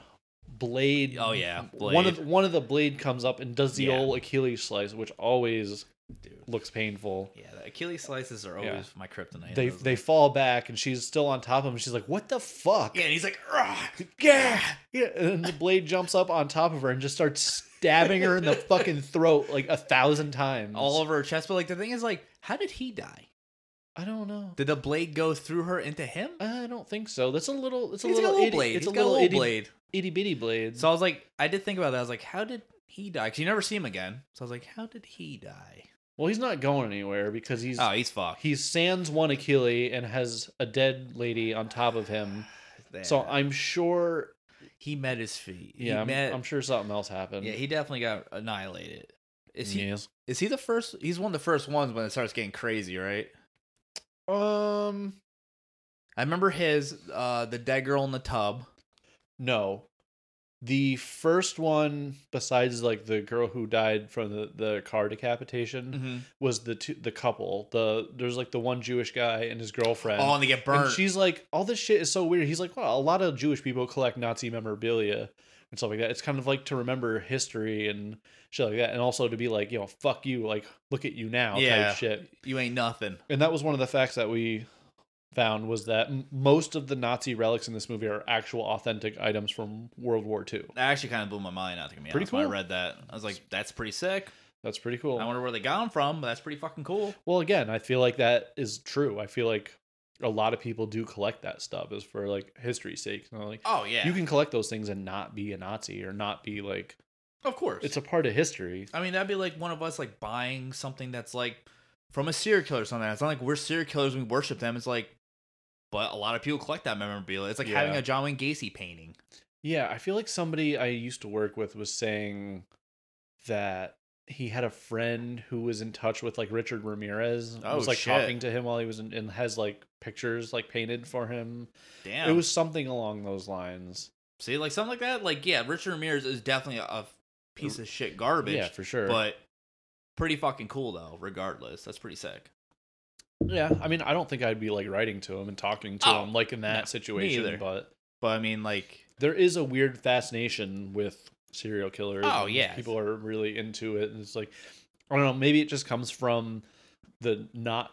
blade.
Oh, yeah,
One
Blade.
of one of the blade comes up and does the
Yeah.
old Achilles slice, which always
Dude.
looks painful.
Yeah, the Achilles slices are always
Yeah.
my kryptonite.
they
those
they
ones.
fall back and she's still on top of him. She's like, "What the fuck?"
yeah, and he's like, "Ugh,
yeah, yeah. And then the blade jumps up on top of her and just starts stabbing her in the fucking throat like a thousand times.
all over her chest. But like the thing is, like, how did he die?
I don't know.
Did the blade go through her into him?
I don't think so. That's a little. It's a
He's
little,
got a little
itty,
blade.
It's
He's
a
got
little,
a little
itty,
blade.
itty bitty blade.
So I was like, I did think about that. I was like, how did he die? Because you never see him again. So I was like, how did he die?
well, he's not going anywhere because he's
Oh, he's fucked.
he's sans one Achilles and has a dead lady on top of him. So
Yeah.
I'm sure.
he met his feet. He
Yeah, I'm,
met-
I'm sure something else happened.
yeah, he definitely got annihilated. Is he?
Yes.
Is he the first? He's one of the first ones when it starts getting crazy, right?
Um.
I remember his uh the dead girl in the tub.
No. The first one, besides like the girl who died from the, the car decapitation,
Mm-hmm.
was the two, the couple. The there's like the one Jewish guy and his girlfriend.
Oh, and they get
And
burnt.
she's like, all this shit is so weird. He's like, well, a lot of Jewish people collect Nazi memorabilia and stuff like that. It's kind of like to remember history and shit like that, and also to be like, you know, fuck you, like look at you now
Yeah.
type shit.
you ain't nothing.
And that was one of the facts that we found was that m- most of the Nazi relics in this movie are actual authentic items from World War II.
That actually kind of blew my mind. Not to be
Pretty
honest, when I
cool.
read that, I was like, "That's pretty sick."
That's pretty cool.
I wonder where they got him from, but that's pretty fucking cool.
Well, again, I feel like that is true. I feel like a lot of people do collect that stuff is for like history's sake. You know, like
Oh yeah,
you can collect those things and not be a Nazi or not be like
of course.
it's a part of history.
I mean, that'd be like one of us like buying something that's like from a serial killer or something. It's not like we're serial killers and we worship them. It's like, but a lot of people collect that memorabilia. It's like having
Yeah.
a John Wayne Gacy painting.
Yeah, I feel like somebody I used to work with was saying that he had a friend who was in touch with like Richard Ramirez. and
Oh,
was like
shit.
talking to him while he was in, and has like pictures like painted for him.
Damn.
It was something along those lines.
See, like something like that. Like, yeah, Richard Ramirez is definitely a, a piece of shit garbage.
Yeah, for sure.
But pretty fucking cool though. Regardless, that's pretty sick.
yeah, I mean, I don't think I'd be like writing to him and talking to
Oh,
him like in that
no,
situation,
either.
but
But I mean, like,
there is a weird fascination with serial killers.
Oh,
and
yeah.
people are really into it, and it's like I don't know. Maybe it just comes from the not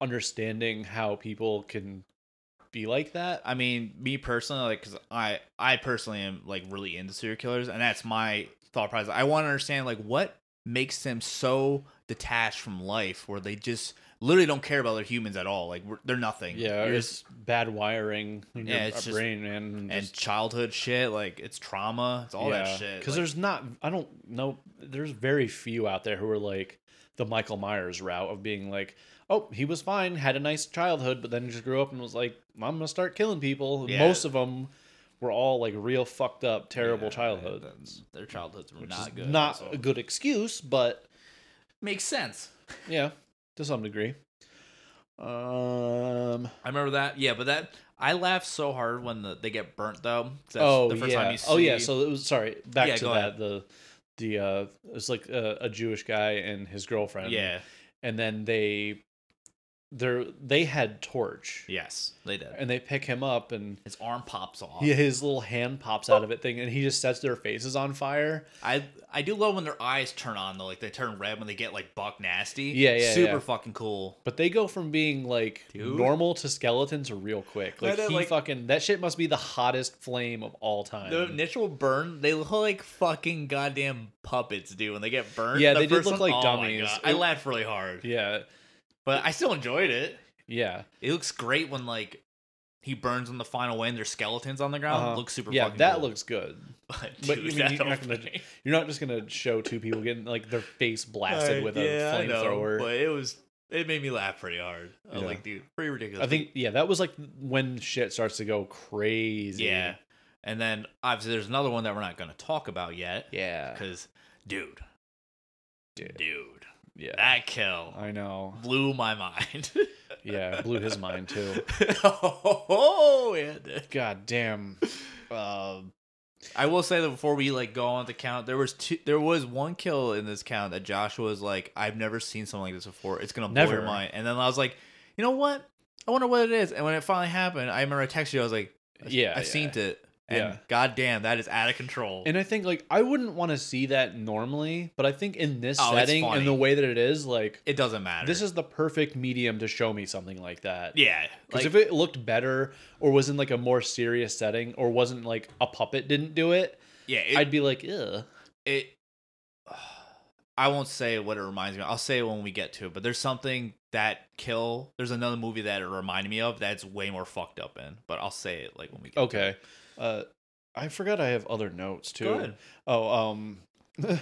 understanding how people can be like that.
I mean, me personally, like, cause I, I personally am like really into serial killers, and that's my thought process. I want to understand like what makes them so detached from life, where they just literally don't care about other humans at all. Like, we're, they're nothing.
Yeah,
You're
it's bad wiring in
Yeah,
your
it's just-
brain, man. And,
and childhood shit, like it's trauma, it's all that shit.
Because
like-
there's not, I don't know, there's very few out there who are like the Michael Myers route of being like, oh, he was fine, had a nice childhood, but then just grew up and was like, I'm gonna start killing people.
Yeah.
Most of them were all like real fucked up, terrible
Yeah,
childhood.
that's- Their childhoods were
Which
not
is
good.
not
so-
a good excuse, but
Makes sense.
yeah, to some degree. Um.
I remember that. Yeah, but that I laugh so hard when the, they get burnt though. 'cause that's
oh
the first
yeah.
time you see,
oh yeah. So it was sorry. Back
Yeah,
to
go
that.
ahead.
The the uh, it's like a, a Jewish guy and his girlfriend.
yeah,
and then they they they had torch
yes, they did.
and they pick him up and
His arm pops off.
he, his little hand pops out of it thing and he just sets their faces on fire
I I do love when their eyes turn on though, like they turn red when they get like buck nasty.
Yeah, yeah,
super
yeah.
fucking cool.
but they go from being like
Dude.
normal to skeletons real quick like
No, no,
he
like-
fucking that shit must be the hottest flame of all time
The initial burn, they look like fucking goddamn puppets, dude. When they get burned,
Yeah,
The
they did
first
look like
oh my
dummies.
God, I
It-
laughed really hard,
yeah
but I still enjoyed it.
yeah
It looks great when like he burns on the final way and there's skeletons on the ground.
Uh-huh.
Looks super.
yeah
fucking
that
cool.
looks good
But,
But
dude,
you mean
that
you're not gonna
opening.
you're not just gonna show two people getting like their face blasted
Like,
with
Uh, yeah, I
a
know,
flamethrower
But it was it made me laugh pretty hard. I was
Yeah.
like, dude, pretty ridiculous.
I think yeah, that was like when shit starts to go crazy.
yeah. And then obviously there's another one that we're not gonna talk about yet
yeah,
because, dude,
Dude.
dude,
yeah.
that kill
I know.
blew my mind.
Yeah, blew his mind too.
oh, yeah, it did.
God damn. Um,
I will say that before we like go on the count, there was two, there was one kill in this count that Joshua was like, "I've never seen something like this before. It's gonna blow
Never.
your mind." And then I was like, "You know what? I wonder what it is." And when it finally happened, I remember I texted you. I was like, I-
Yeah,
I've
yeah.
seen it." And
Yeah.
goddamn, that is out of control.
and I think like I wouldn't want to see that normally, but I think in this
Oh, it's
setting
funny.
and the way that it is, like
it doesn't matter.
this is the perfect medium to show me something like that.
yeah,
Because
like
if it looked better or was in like a more serious setting or wasn't like a puppet didn't do it,
yeah, it,
I'd be like, ugh.
it I won't say what it reminds me of. I'll say it when we get to it, but there's something that kill there's another movie that it reminded me of that's way more fucked up in. But I'll say it like when we get to
Okay. Uh, I forgot I have other notes too.
it. Good.
Oh, um,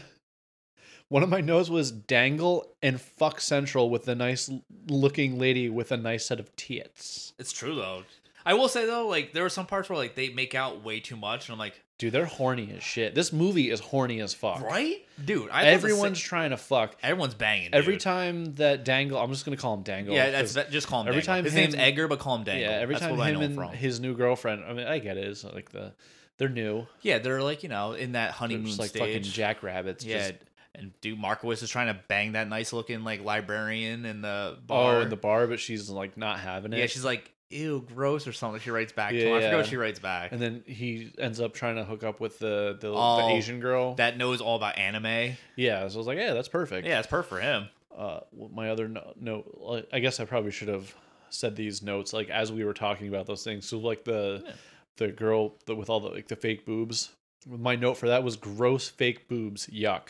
one of my notes was dangle and fuck central with the nice l- looking lady with a nice set of tits.
It's true though. I will say though, like there were some parts where like they make out way too much and I'm like,
Dude, they're horny as shit. This movie is horny as fuck.
right? Dude, I thought the
Everyone's
sa-
trying to fuck.
everyone's banging.
Every
dude.
time that dangle, I'm just gonna call him dangle.
Yeah, that's
'cause-
that, just call him
every
Dangle.
time
his
him-
name's Edgar, but call him Dangle.
yeah. Every
that's
time
what
him
I know him
and
from.
his new girlfriend. I mean, I get it. It's like the they're new.
yeah, they're like, you know, in that
They're
honeymoon
just like fucking
stage.
jackrabbits.
yeah.
Just,
and dude Markowitz is trying to bang that nice looking like librarian in the bar.
oh, in the bar, but she's like not having it.
Yeah, she's like, ew, gross or something. She writes back to
Yeah,
him. I forgot what
yeah.
she writes back.
and then he ends up trying to hook up with the the,
Oh,
the Asian girl.
that knows all about anime.
Yeah, so I was like, yeah, that's perfect.
Yeah, it's perfect for him.
Uh, what my other no- note, like, I guess I probably should have said these notes like as we were talking about those things. So like the
Yeah.
the girl the, with all the like the fake boobs. My note for that was gross fake boobs. Yuck.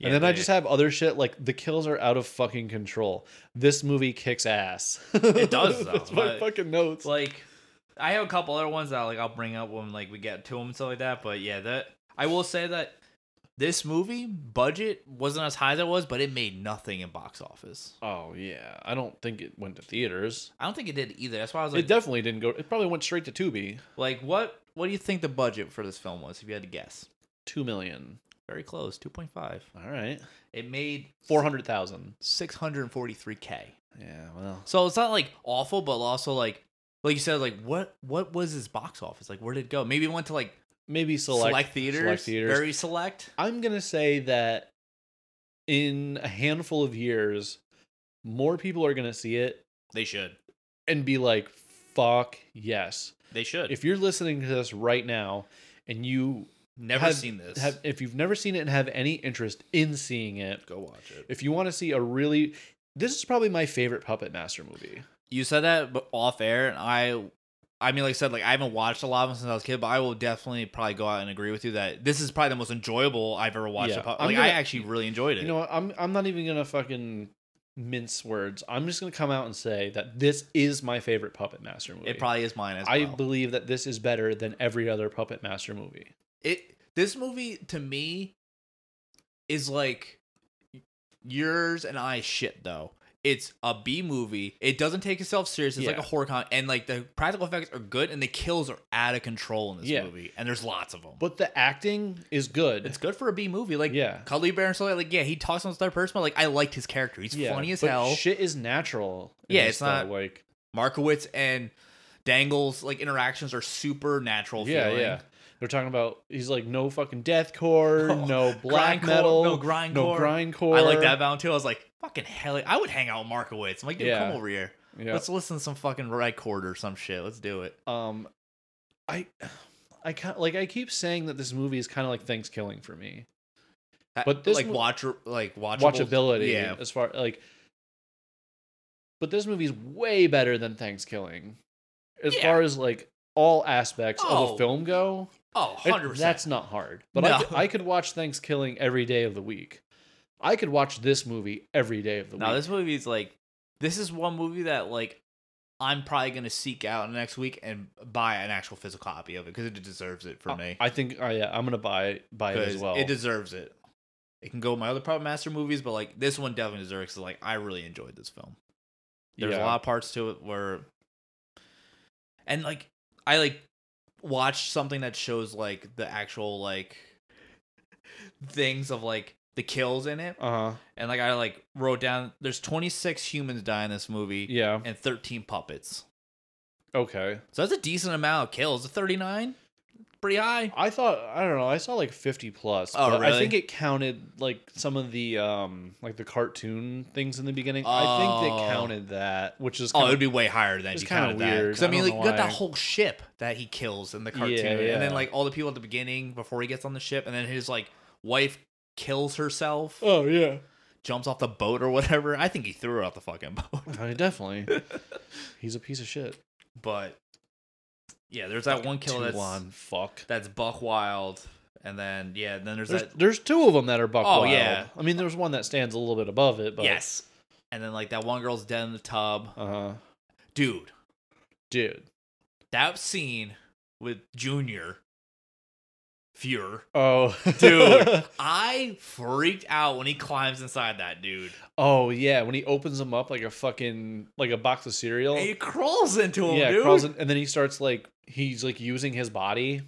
and then I just have other shit like the kills are out of fucking control. This movie kicks ass. It
does, though,
That's my
but-
fucking notes.
like I have a couple other ones that like I'll bring up when like we get to them and stuff like that. But yeah, that I will say that This movie budget wasn't as high as it was, but it made nothing in box office.
Oh yeah, I don't think it went to theaters.
I don't think it did either. That's why I was like,
it definitely didn't go. It probably went straight to Tubi.
like what? What do you think the budget for this film was? If you had to guess,
Two million.
very close, two point five.
All right,
It made
four hundred thousand.
six hundred forty three k.
Yeah, well,
So it's not like awful, but also like, like you said, like what what was his box office? Like where did it go? Maybe it went to like
maybe
select,
select,
theaters,
select theaters.
very select.
I'm gonna say that in a handful of years, more people are gonna see it
They should.
and be like, "Fuck yes!"
They should.
If you're listening to this right now and you
never
have-
seen this,
have, if you've never seen it and have any interest in seeing it,
go watch it.
if you want to see a really, this is probably my favorite Puppet Master movie.
You said that but off air, and I, I mean, like I said, like I haven't watched a lot of them since I was a kid, but I will definitely probably go out and agree with you that this is probably the most enjoyable I've ever watched.
Yeah,
a po-
I'm
like I
gonna-
actually really enjoyed it.
You know, what? I'm I'm not even gonna fucking mince words. I'm just gonna come out and say that this is my favorite Puppet Master movie.
it probably is mine as
I
well.
believe that this is better than every other Puppet Master movie.
it this movie to me is like yours and I shit though. It's a B movie. It doesn't take itself serious. It's like
Yeah.
a horror con, and like the practical effects are good, and the kills are out of control in this
Yeah.
movie. And there's lots of them.
But the acting is good.
it's good for a B movie. Like
Yeah.
Cully Bear and stuff. Like yeah, he talks in third person, but like I liked his character. He's
Yeah,
funny as
but
hell.
Shit is natural. in
Yeah,
this,
it's not-
though, like
Markowitz and Dangle's like interactions are super natural.
yeah,
feeling.
yeah. They're talking about he's like no fucking deathcore,
Oh,
no black
grindcore-
metal,
no grindcore.
no grindcore.
I like that Valentino. I was like, fucking hell, I would hang out with Markowitz. I'm like, dude,
Yeah.
come over here.
Yeah.
Let's listen to some fucking record or some shit. Let's do it.
um, I, I kind like I keep saying that this movie is kind of like Thanksgiving for me.
That-
But this
like
mo-
watch like watchable,
Watchability,
Yeah,
as far like. But this movie's way better than Thanksgiving, as
Yeah.
far as like all aspects of
Oh.
a film go.
oh,
It-
100 percent.
That's not hard. But
No.
I, could, I could watch Thanksgiving every day of the week. I could watch this movie every day of the
Now
week.
this movie is like, this is one movie that like I'm probably gonna seek out next week and buy an actual physical copy of it because it deserves it for
I-
me.
I think I, yeah, I'm gonna buy buy it as
'Cause
well.
It deserves it. It can go with my other Puppet Master movies, but like this one definitely deserves. Cause like I really enjoyed this film. There's
Yeah.
a lot of parts to it where, and like I like watched something that shows like the actual like things of like the kills in it,
Uh huh.
and like I like wrote down there's 26 humans die in this movie
Yeah.
and 13 puppets.
Okay.
So that's a decent amount of kills. 39, pretty high.
I thought I don't know. I saw like 50 plus.
Oh,
but I
really?
think it counted like some of the um like the cartoon things in the beginning. I think
Oh.
they counted that, which is
Oh,
kinda-
it would be way higher than
it's
you
kinda
counted that.
weird.
Because I
I
mean,
don't
like, you
know
got that
why.
whole ship that he kills in the cartoon, and
yeah.
then like all the people at the beginning before he gets on the ship, and then his like wife kills herself,
oh yeah.
jumps off the boat or whatever. I think he threw her off the fucking boat.
I mean, definitely. He's a piece of shit.
But yeah, there's that one kill that's
Toulon, fuck.
that's Buck Wild, and then yeah, then there's,
There's,
that
there's two of them that are buck
Oh,
wild.
yeah.
I mean, there's one that stands a little bit above it, but
yes, and then like that one girl's dead in the tub,
Uh huh.
dude.
Dude.
That scene with Junior Fuhrer.
Oh,
Dude. I freaked out when he climbs inside that dude.
oh yeah, when he opens them up like a fucking like a box of cereal.
And he crawls into him,
yeah,
dude.
crawls in, and then he starts like he's like using his body.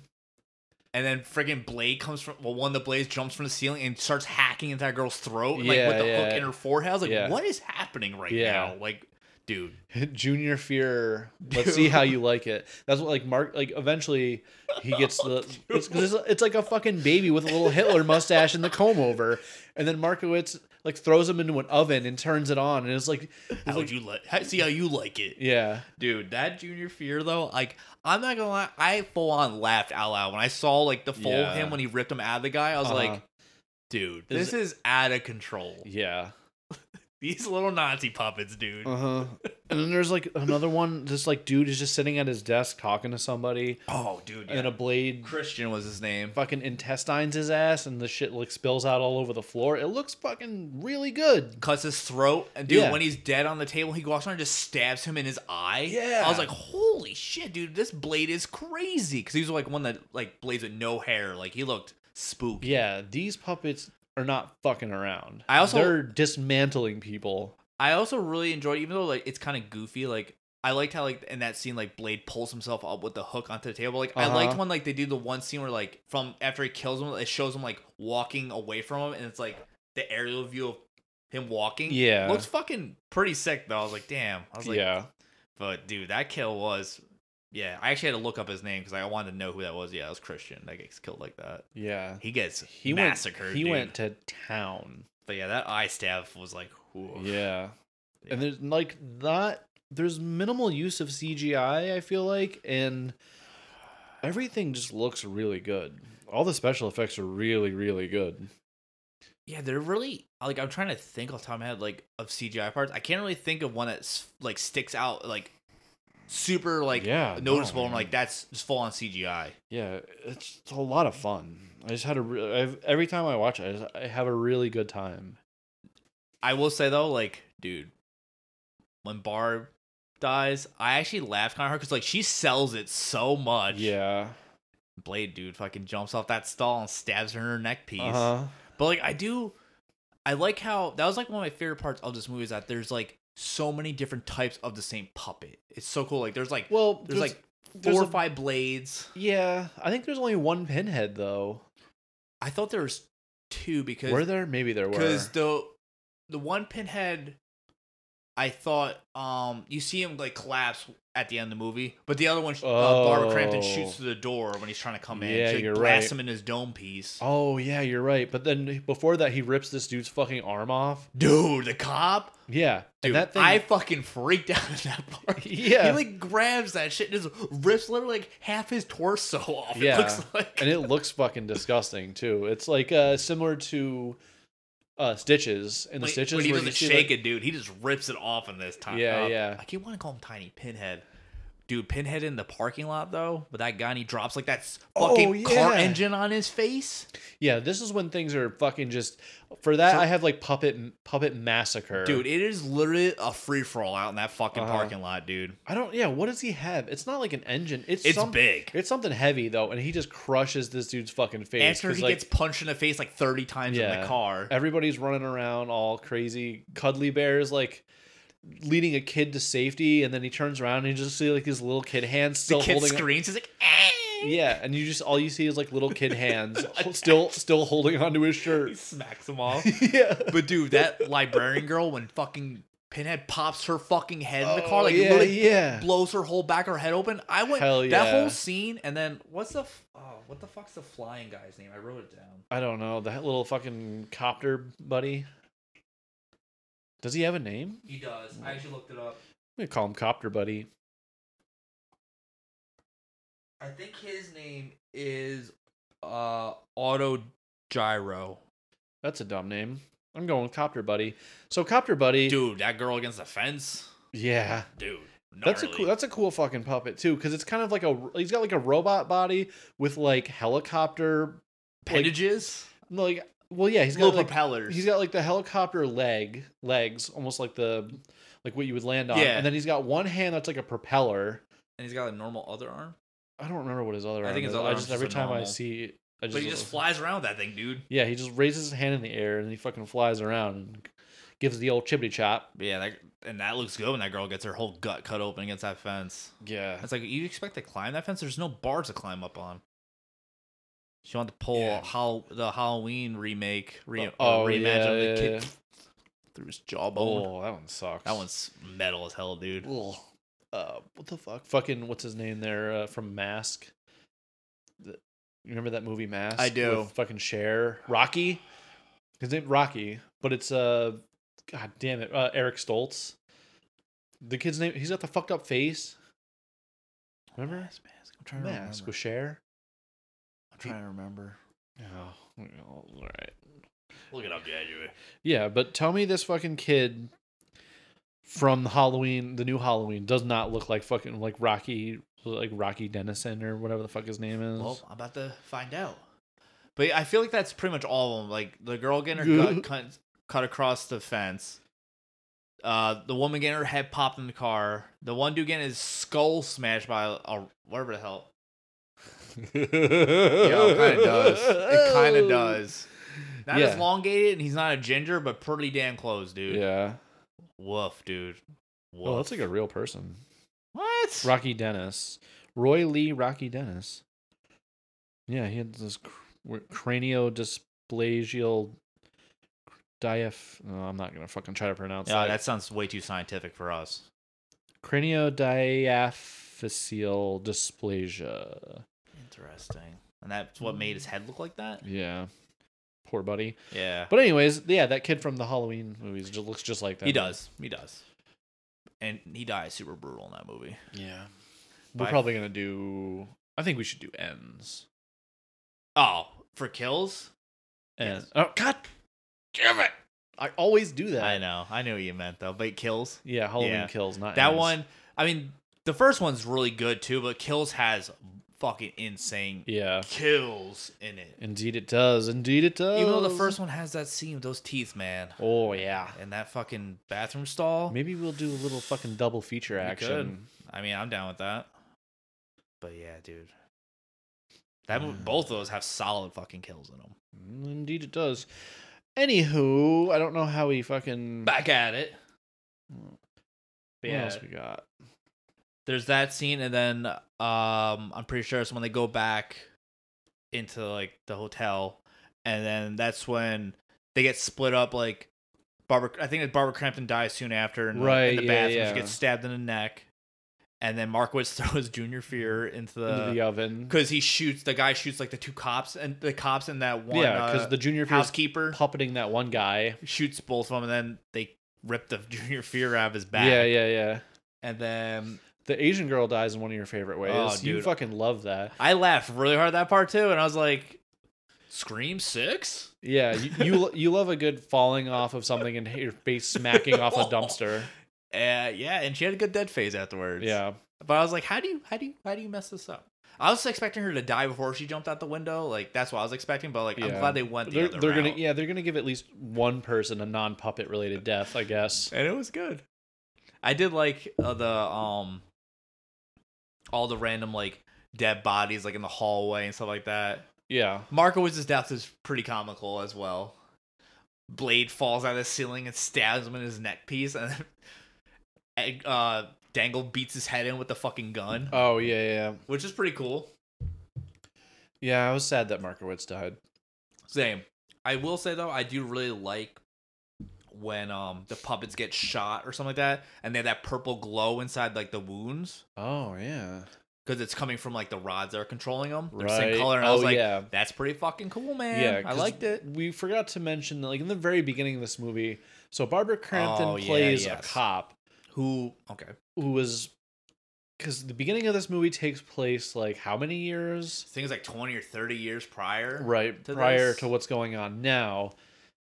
and then friggin' Blade comes from well, one of the blades jumps from the ceiling and starts hacking into that girl's throat, and, like
Yeah,
with the hook
yeah.
in her forehead. I was like,
Yeah.
what is happening right
Yeah.
now? Like, dude.
Junior fear. Let's see how you like it. That's what like Mark like eventually he gets the it's, 'cause it's, it's like a fucking baby with a little Hitler mustache and the comb over, and then Markowitz like throws him into an oven and turns it on, and it's like, it's
How
like-
would you like how- see how you like it?
yeah,
Dude, that junior fear though, like I'm not gonna lie, I full on laughed out loud when I saw like the full
Yeah.
him when he ripped him out of the guy, I was
Uh-huh.
like, dude,
Is-
this is out of control.
yeah.
These little Nazi puppets, dude.
Uh huh. And then there's like another one. This like dude is just sitting at his desk talking to somebody,
Oh, dude.
and a blade
Christian was his name.
fucking intestines his ass, and the shit like spills out all over the floor. It looks fucking really good.
Cuts his throat, and dude,
Yeah.
when he's dead on the table, he walks on and just stabs him in his eye.
Yeah.
I was like, holy shit, dude, this blade is crazy. Because he was like one that like blades with no hair. Like he looked spooky.
Yeah, these puppets are not fucking around.
I also-
they're dismantling people.
I also really enjoyed, even though like it's kind of goofy. Like I liked how like in that scene, like Blade pulls himself up with the hook onto the table. Like I liked
Uh-huh.
when like they do the one scene where like from after he kills him, it shows him like walking away from him, and it's like the aerial view of him walking.
Yeah.
looks fucking pretty sick though. I was like, damn. I was like,
yeah,
But dude, that kill was. Yeah, I actually had to look up his name because I wanted to know who that was. Yeah, that was Christian. That gets killed like that.
yeah.
He gets
He
massacred.
Went, he
dude.
went to town.
But yeah, that eye stab was like, ooh.
Yeah.
Yeah.
and there's like not there's minimal use of CGI. I feel like, and everything just looks really good. All the special effects are really, really good.
Yeah, they're really like I'm trying to think off the top of my head like of CGI parts. I can't really think of one that's like sticks out like super like
Yeah, no,
noticeable. I'm
man.
like that's just full on CGI.
Yeah, it's a lot of fun. I just had a re- I've, every time I watch it, I, just, I have a really good time.
I will say though, like dude, when Barb dies, I actually laughed kind of hard because like she sells it so much.
Yeah,
Blade dude fucking jumps off that stall and stabs her in her neck piece.
uh-huh.
But like I do I like how that was like one of my favorite parts of this movie is that there's like so many different types of the same puppet. It's so cool. Like there's like
Well,
there's, like
there's
four or
a-
five blades.
yeah. I think there's only one pinhead though.
I thought there was two because
Were there? Maybe there were.
because the the one pinhead I thought um you see him like collapse at the end of the movie, but the other one uh, Barbara Crampton shoots
Oh.
through the door when he's trying to come in.
Yeah,
she like,
you're
blasts
right.
him in his dome piece.
oh yeah, you're right. But then before that, he rips this dude's fucking arm off.
Dude, the cop.
Yeah,
Dude,
and that thing.
I fucking freaked out at that part.
Yeah.
He like grabs that shit and just rips literally like half his torso off.
Yeah.
It looks like.
and it looks fucking disgusting too. It's like uh similar to uh stitches in the
When-
stitches
when he
where
doesn't
you see,
shake
like-
it, dude. He just rips it off in this time.
Yeah,
uh,
yeah.
I keep wanting to call him Tiny Pinhead. Dude, Pinhead in the parking lot though, with that guy and he drops like that s-
Oh,
fucking car
yeah.
engine on his face.
Yeah, this is when things are fucking just for that
For-
I have like puppet puppet massacre.
Dude, it is literally a free for all out in that fucking
Uh-huh.
parking lot, dude.
I don't yeah, what does he have? It's not like an engine. It's
It's
some-
big.
It's something heavy though, and he just crushes this dude's fucking face.
After
'cause,
he
like,
gets punched in the face like thirty times in
Yeah.
the car.
everybody's running around all crazy. Cuddly Bear's like leading a kid to safety, and then he turns around and you just see like his little kid hand
The
still
kid
holding
screams, he's like, "Ah!"
Yeah, and you just all you see is like little kid hands ho- still still holding onto his
He
shirt.
smacks them all.
yeah.
But dude, that librarian girl when fucking Pinhead pops her fucking head in the car,
Oh,
like
yeah,
literally
yeah.
blows her whole back her head open. I went
Hell
that
yeah.
whole scene, and then what's the f- oh, what the fuck's the flying guy's name? I wrote it down.
I don't know that little fucking copter buddy. Does he have a name?
He does. I actually looked it up.
I'm gonna call him Copter Buddy.
I think his name is uh Auto Gyro.
That's a dumb name. I'm going with Copter Buddy. So Copter Buddy,
Dude, that girl against the fence.
yeah,
Dude, gnarly.
that's a cool. That's a cool fucking puppet too, because it's kind of like a. He's got like a robot body with like helicopter, like,
appendages.
like well, yeah, he's got
little
like
propellers.
He's got like the helicopter leg legs, almost like the like what you would land on.
Yeah.
And then he's got one hand that's like a propeller.
and he's got a normal other arm.
I don't remember what his other.
I
arm
think his
is.
other
I
arm's
just
just
every
a
time I
normal.
see, it, I just,
But he just flies around that thing, dude.
Yeah, he just raises his hand in the air and he fucking flies around and gives the old chibity chop.
But yeah, that, and that looks good when that girl gets her whole gut cut open against that fence.
Yeah.
It's like you expect to climb that fence. There's no bars to climb up on. She wanted to pull
Yeah.
Hall- the Halloween remake re- uh,
Oh,
reimagine
yeah,
the kid
yeah.
through his jawbone.
Oh, that one sucks.
That one's metal as hell, dude.
Ugh. Uh, what the fuck? Fucking what's his name there uh, from Mask? The, you remember that movie Mask?
I do.
With fucking Cher, Rocky. His name Rocky, but it's uh, god damn it, uh, Eric Stoltz. The kid's name. He's got the fucked up face. Remember
Mask, mask. I'm trying
Mask
to remember.
with Cher?
I'm trying to remember.
Oh, all right.
Look it up, January.
Yeah, but tell me this fucking kid from Halloween, the new Halloween, does not look like fucking like Rocky, like Rocky Dennison or whatever the fuck his name is.
Well, I'm about to find out. But I feel like that's pretty much all of them. Like the girl getting her gut cut, cut across the fence, uh, the woman getting her head popped in the car, the one dude getting his skull smashed by a whatever the hell Yeah, it kind of does. It kind of does. Not
Yeah.
as elongated, and he's not a ginger, but pretty damn close, dude.
Yeah.
Woof, dude. Woof.
Well, that's like a real person.
what?
Rocky Dennis, Roy Lee Rocky Dennis. Yeah, he had this cr- w- craniodysplasial diaph. Oh, I'm not gonna fucking try to pronounce
Yeah,
that.
that sounds way too scientific for us.
craniodiaphyseal dysplasia.
Interesting. And that's what made his head look like that.
Yeah, poor buddy.
Yeah,
But anyways, yeah, that kid from the Halloween movies just looks just like that.
he does. He does. And he dies super brutal in that movie.
Yeah, we're
Bye.
probably gonna do. I think we should do ends.
Oh, for kills?
Ends.
Yes.
Oh God, damn it! I always do that.
I know. I knew what you meant though. But kills.
Yeah, Halloween
Yeah.
Kills, not
That
Ends.
one, I mean, the first one's really good too, but Kills has fucking insane
Yeah,
kills in it.
indeed it does. Indeed it does.
Even though the first one has that scene of those teeth, man,
Oh yeah.
and that fucking bathroom stall.
Maybe we'll do a little fucking double feature
We
action.
I mean, I'm down with that. But yeah, dude, that mo-
Mm.
both of those have solid fucking kills in them.
Mm, Indeed it does. Anywho, I don't know how we fucking.
Back at it.
What
yeah.
else we got?
There's that scene, and then um, I'm pretty sure it's when they go back into like the hotel, and then that's when they get split up. Like Barbara, I think that Barbara Crampton dies soon after, in, the-
Right,
in the
yeah,
bathroom,
yeah.
she gets stabbed in the neck, and then Markowitz throws Junior Fear into
Into the
the
oven.
because he shoots the guy shoots like the two cops and the cops and that one
yeah, because
uh,
the junior fear is
housekeeper
puppeting that one guy.
shoots both of them, and then they rip the Junior Fear out of his back.
Yeah, yeah, yeah.
and then
The Asian girl dies in one of your favorite ways.
Oh,
you
dude.
fucking love that.
I laughed really hard at that part too, and I was like, "Scream six?
Yeah, you you, you love a good falling off of something and your face smacking off a dumpster.
Uh, yeah, and she had a good dead phase afterwards.
Yeah.
but I was like, "How do you, how do you, how do you mess this up?" I was expecting her to die before she jumped out the window. Like that's what I was expecting, but like I'm
Yeah.
glad they went the
they're,
other
they're gonna
route.
yeah they're gonna give at least one person a non puppet related death i guess
and it was good. I did like uh, the um, all the random like dead bodies like in the hallway and stuff like that.
yeah
Markowitz's death is pretty comical as well. Blade falls out of the ceiling and stabs him in his neck piece, and and, uh, Dangle beats his head in with the fucking gun,
oh yeah yeah yeah.
which is pretty cool.
yeah i was sad that markowitz died
Same. I will say though, I do really like when um the puppets get shot or something like that, and they have that purple glow inside like the wounds
oh yeah
because it's coming from like the rods that are controlling them. They're
right
the same color, and
oh
I was like,
yeah
that's pretty fucking cool, man.
yeah
I
'cause
liked it.
we forgot to mention that like in the very beginning of this movie so barbara crampton
Oh, yeah,
plays a
yes.
cop
Who? Okay,
who was because the beginning of this movie takes place like how many years
things like twenty or thirty years prior.
right
to
prior
this.
to what's going on now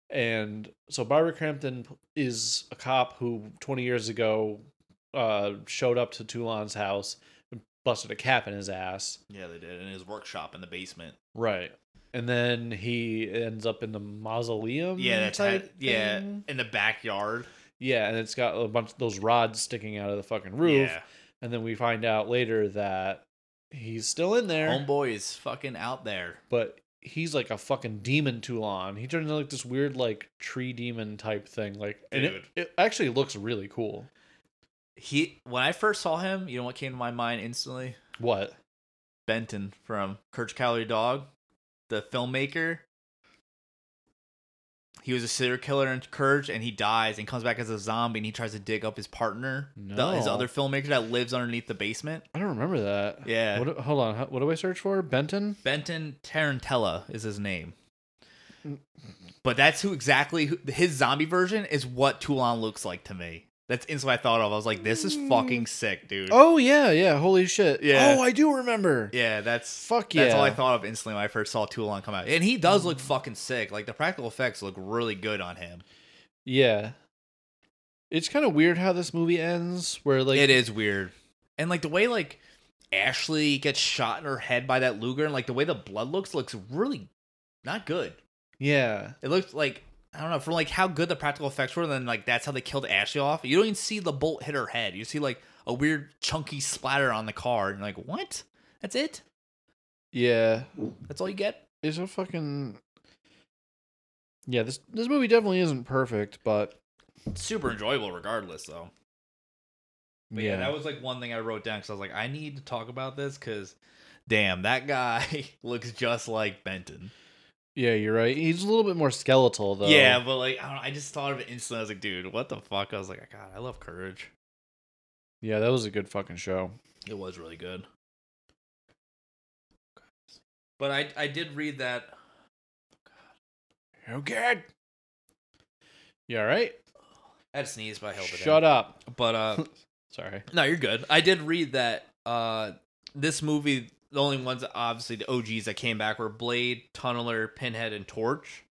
and so barbara crampton p- is a cop who 20 years ago uh, showed up to toulon's house and busted a cap in his ass
Yeah, they did in his workshop in the basement.
right and then he ends up in the mausoleum
Yeah, that's how,
type
yeah
thing?
in the backyard.
yeah and it's got a bunch of those rods sticking out of the fucking roof
Yeah,
and then we find out later that he's still in there
homeboy is fucking out there.
but he's like a fucking demon Toulon. He turns into like this weird like tree demon type thing. Like and it,
Dude.
it actually looks really cool.
He when I first saw him, you know what came to my mind instantly?
What?
Benton from Kurt's Calorie Dog, the filmmaker. He was a serial killer in Courage, and he dies and comes back as a zombie, and he tries to dig up his partner, the, his
No.
other filmmaker that lives underneath the basement.
I don't remember that.
Yeah.
What, hold on. huh, What do I search for? Benton?
Benton Tarantella is his name.
Mm.
But that's who exactly who, his zombie version is what Toulon looks like to me. That's instantly what I thought of. I was like, this is fucking sick, dude.
Oh yeah, yeah. Holy shit.
Yeah.
Oh, I do remember.
Yeah, that's
Fuck
That's all I
yeah. Mm.
thought of instantly when I first saw Toulon come out. And he does look fucking sick. Like the practical effects look really good on him.
Yeah. It's kind of weird how this movie ends, where like
it is weird. And like the way like Ashley gets shot in her head by that Luger and like the way the blood looks looks really not good.
Yeah.
It looked like I don't know from like how good the practical effects were. Then like that's how they killed Ashley off. You don't even see the bolt hit her head. You see like a weird chunky splatter on the car, and you're like, what? That's it.
Yeah,
That's all you get.
it's a fucking. Yeah, this this movie definitely isn't perfect, but,
It's super enjoyable regardless, though. But yeah. that was like one thing I wrote down because I was like, I need to talk about this because, damn, that guy looks just like Benton.
yeah, you're right. He's a little bit more skeletal though.
Yeah, but like, I don't know, I just thought of it instantly. I was like, dude, what the fuck? I was like, God, I love Courage.
yeah, that was a good fucking show.
It was really good. But I I did read that.
Okay. You all right?
I had sneezed, but I held it.
Shut up.
up. But uh,
Sorry.
No, you're good. I did read that uh this movie the only ones obviously the OGs that came back were Blade, Tunneler, Pinhead, and Torch.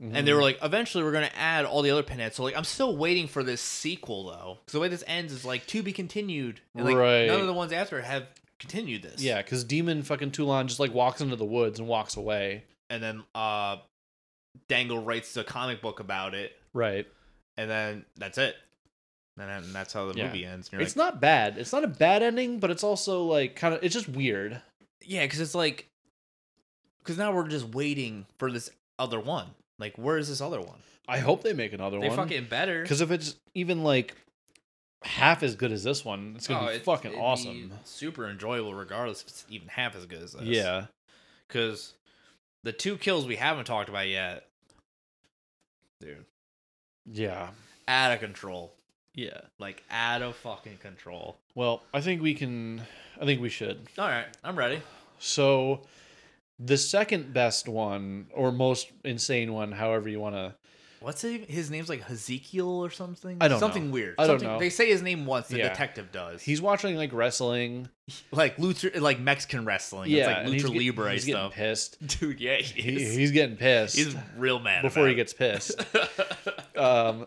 And they
Mm. Mm-hmm.
were like, eventually we're gonna add all the other pinheads. So like I'm still waiting for this sequel though. Because the way this ends is like to be continued. And like
Right.
none of the ones after have continued this.
Yeah, because Demon fucking Toulon just like walks into the woods and walks away.
And then uh Dangle writes a comic book about it,
Right.
and then that's it. And then that's how the
Yeah.
movie ends. And you're
It's not bad. It's not a bad ending, but it's also like kind of it's just weird.
Yeah, because it's like, because now we're just waiting for this other one. Like, where is this other one?
I hope they make another
They
one.
fucking better.
Because if it's even like half as good as this one, it's gonna
Oh,
be
it's-
fucking
it'd be
awesome.
super enjoyable, regardless if it's even half as good as this.
Yeah.
because the two kills we haven't talked about yet, dude,
Yeah.
out of control.
Yeah.
Like out of fucking control.
Well, I think we can I think we should.
All right, I'm ready.
So the second best one or most insane one, however you want to
What's his, his name's like Ezekiel or something?
I don't
something
know.
weird.
I don't
Something-
know.
They say his name once. The
Yeah.
detective does.
He's watching like wrestling.
like lucha, like Mexican wrestling.
yeah,
it's
and
like
he's
lucha
get-
libre
he's
stuff.
getting pissed.
Dude, yeah, he
He,
is.
he's getting pissed
he's real mad
before he
about
gets pissed.
it.
Um,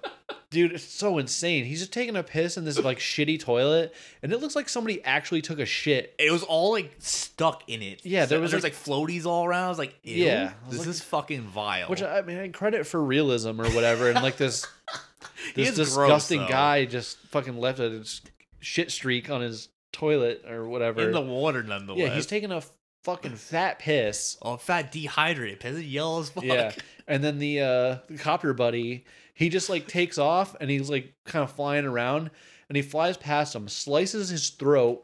dude, it's so insane. He's just taking a piss in this like shitty toilet, and it looks like somebody actually took a shit.
it was all like stuck in it.
Yeah, there
So
was,
there's like, floaties all around. I was like, Ew,
Yeah, I was
this
like-
is fucking vile.
Which I mean, credit for realism or whatever, and like this
He
this
is gross,
disgusting
though.
guy just fucking left a s- shit streak on his toilet or whatever.
in the water nonetheless.
yeah, he's taking a fucking fat piss.
oh, fat dehydrated, piss yellow as fuck.
Yeah. And then the uh the copter buddy, he just like takes off and he's like kind of flying around and he flies past him, slices his throat,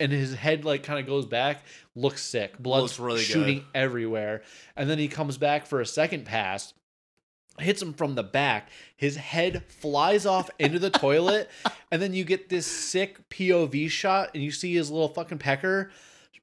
and his head like kind of goes back, looks sick. Blood's
Looks really
shooting
good.
everywhere. And then he comes back for a second pass. Hits him from the back. His head flies off into the toilet, and then you get this sick POV shot, and you see his little fucking pecker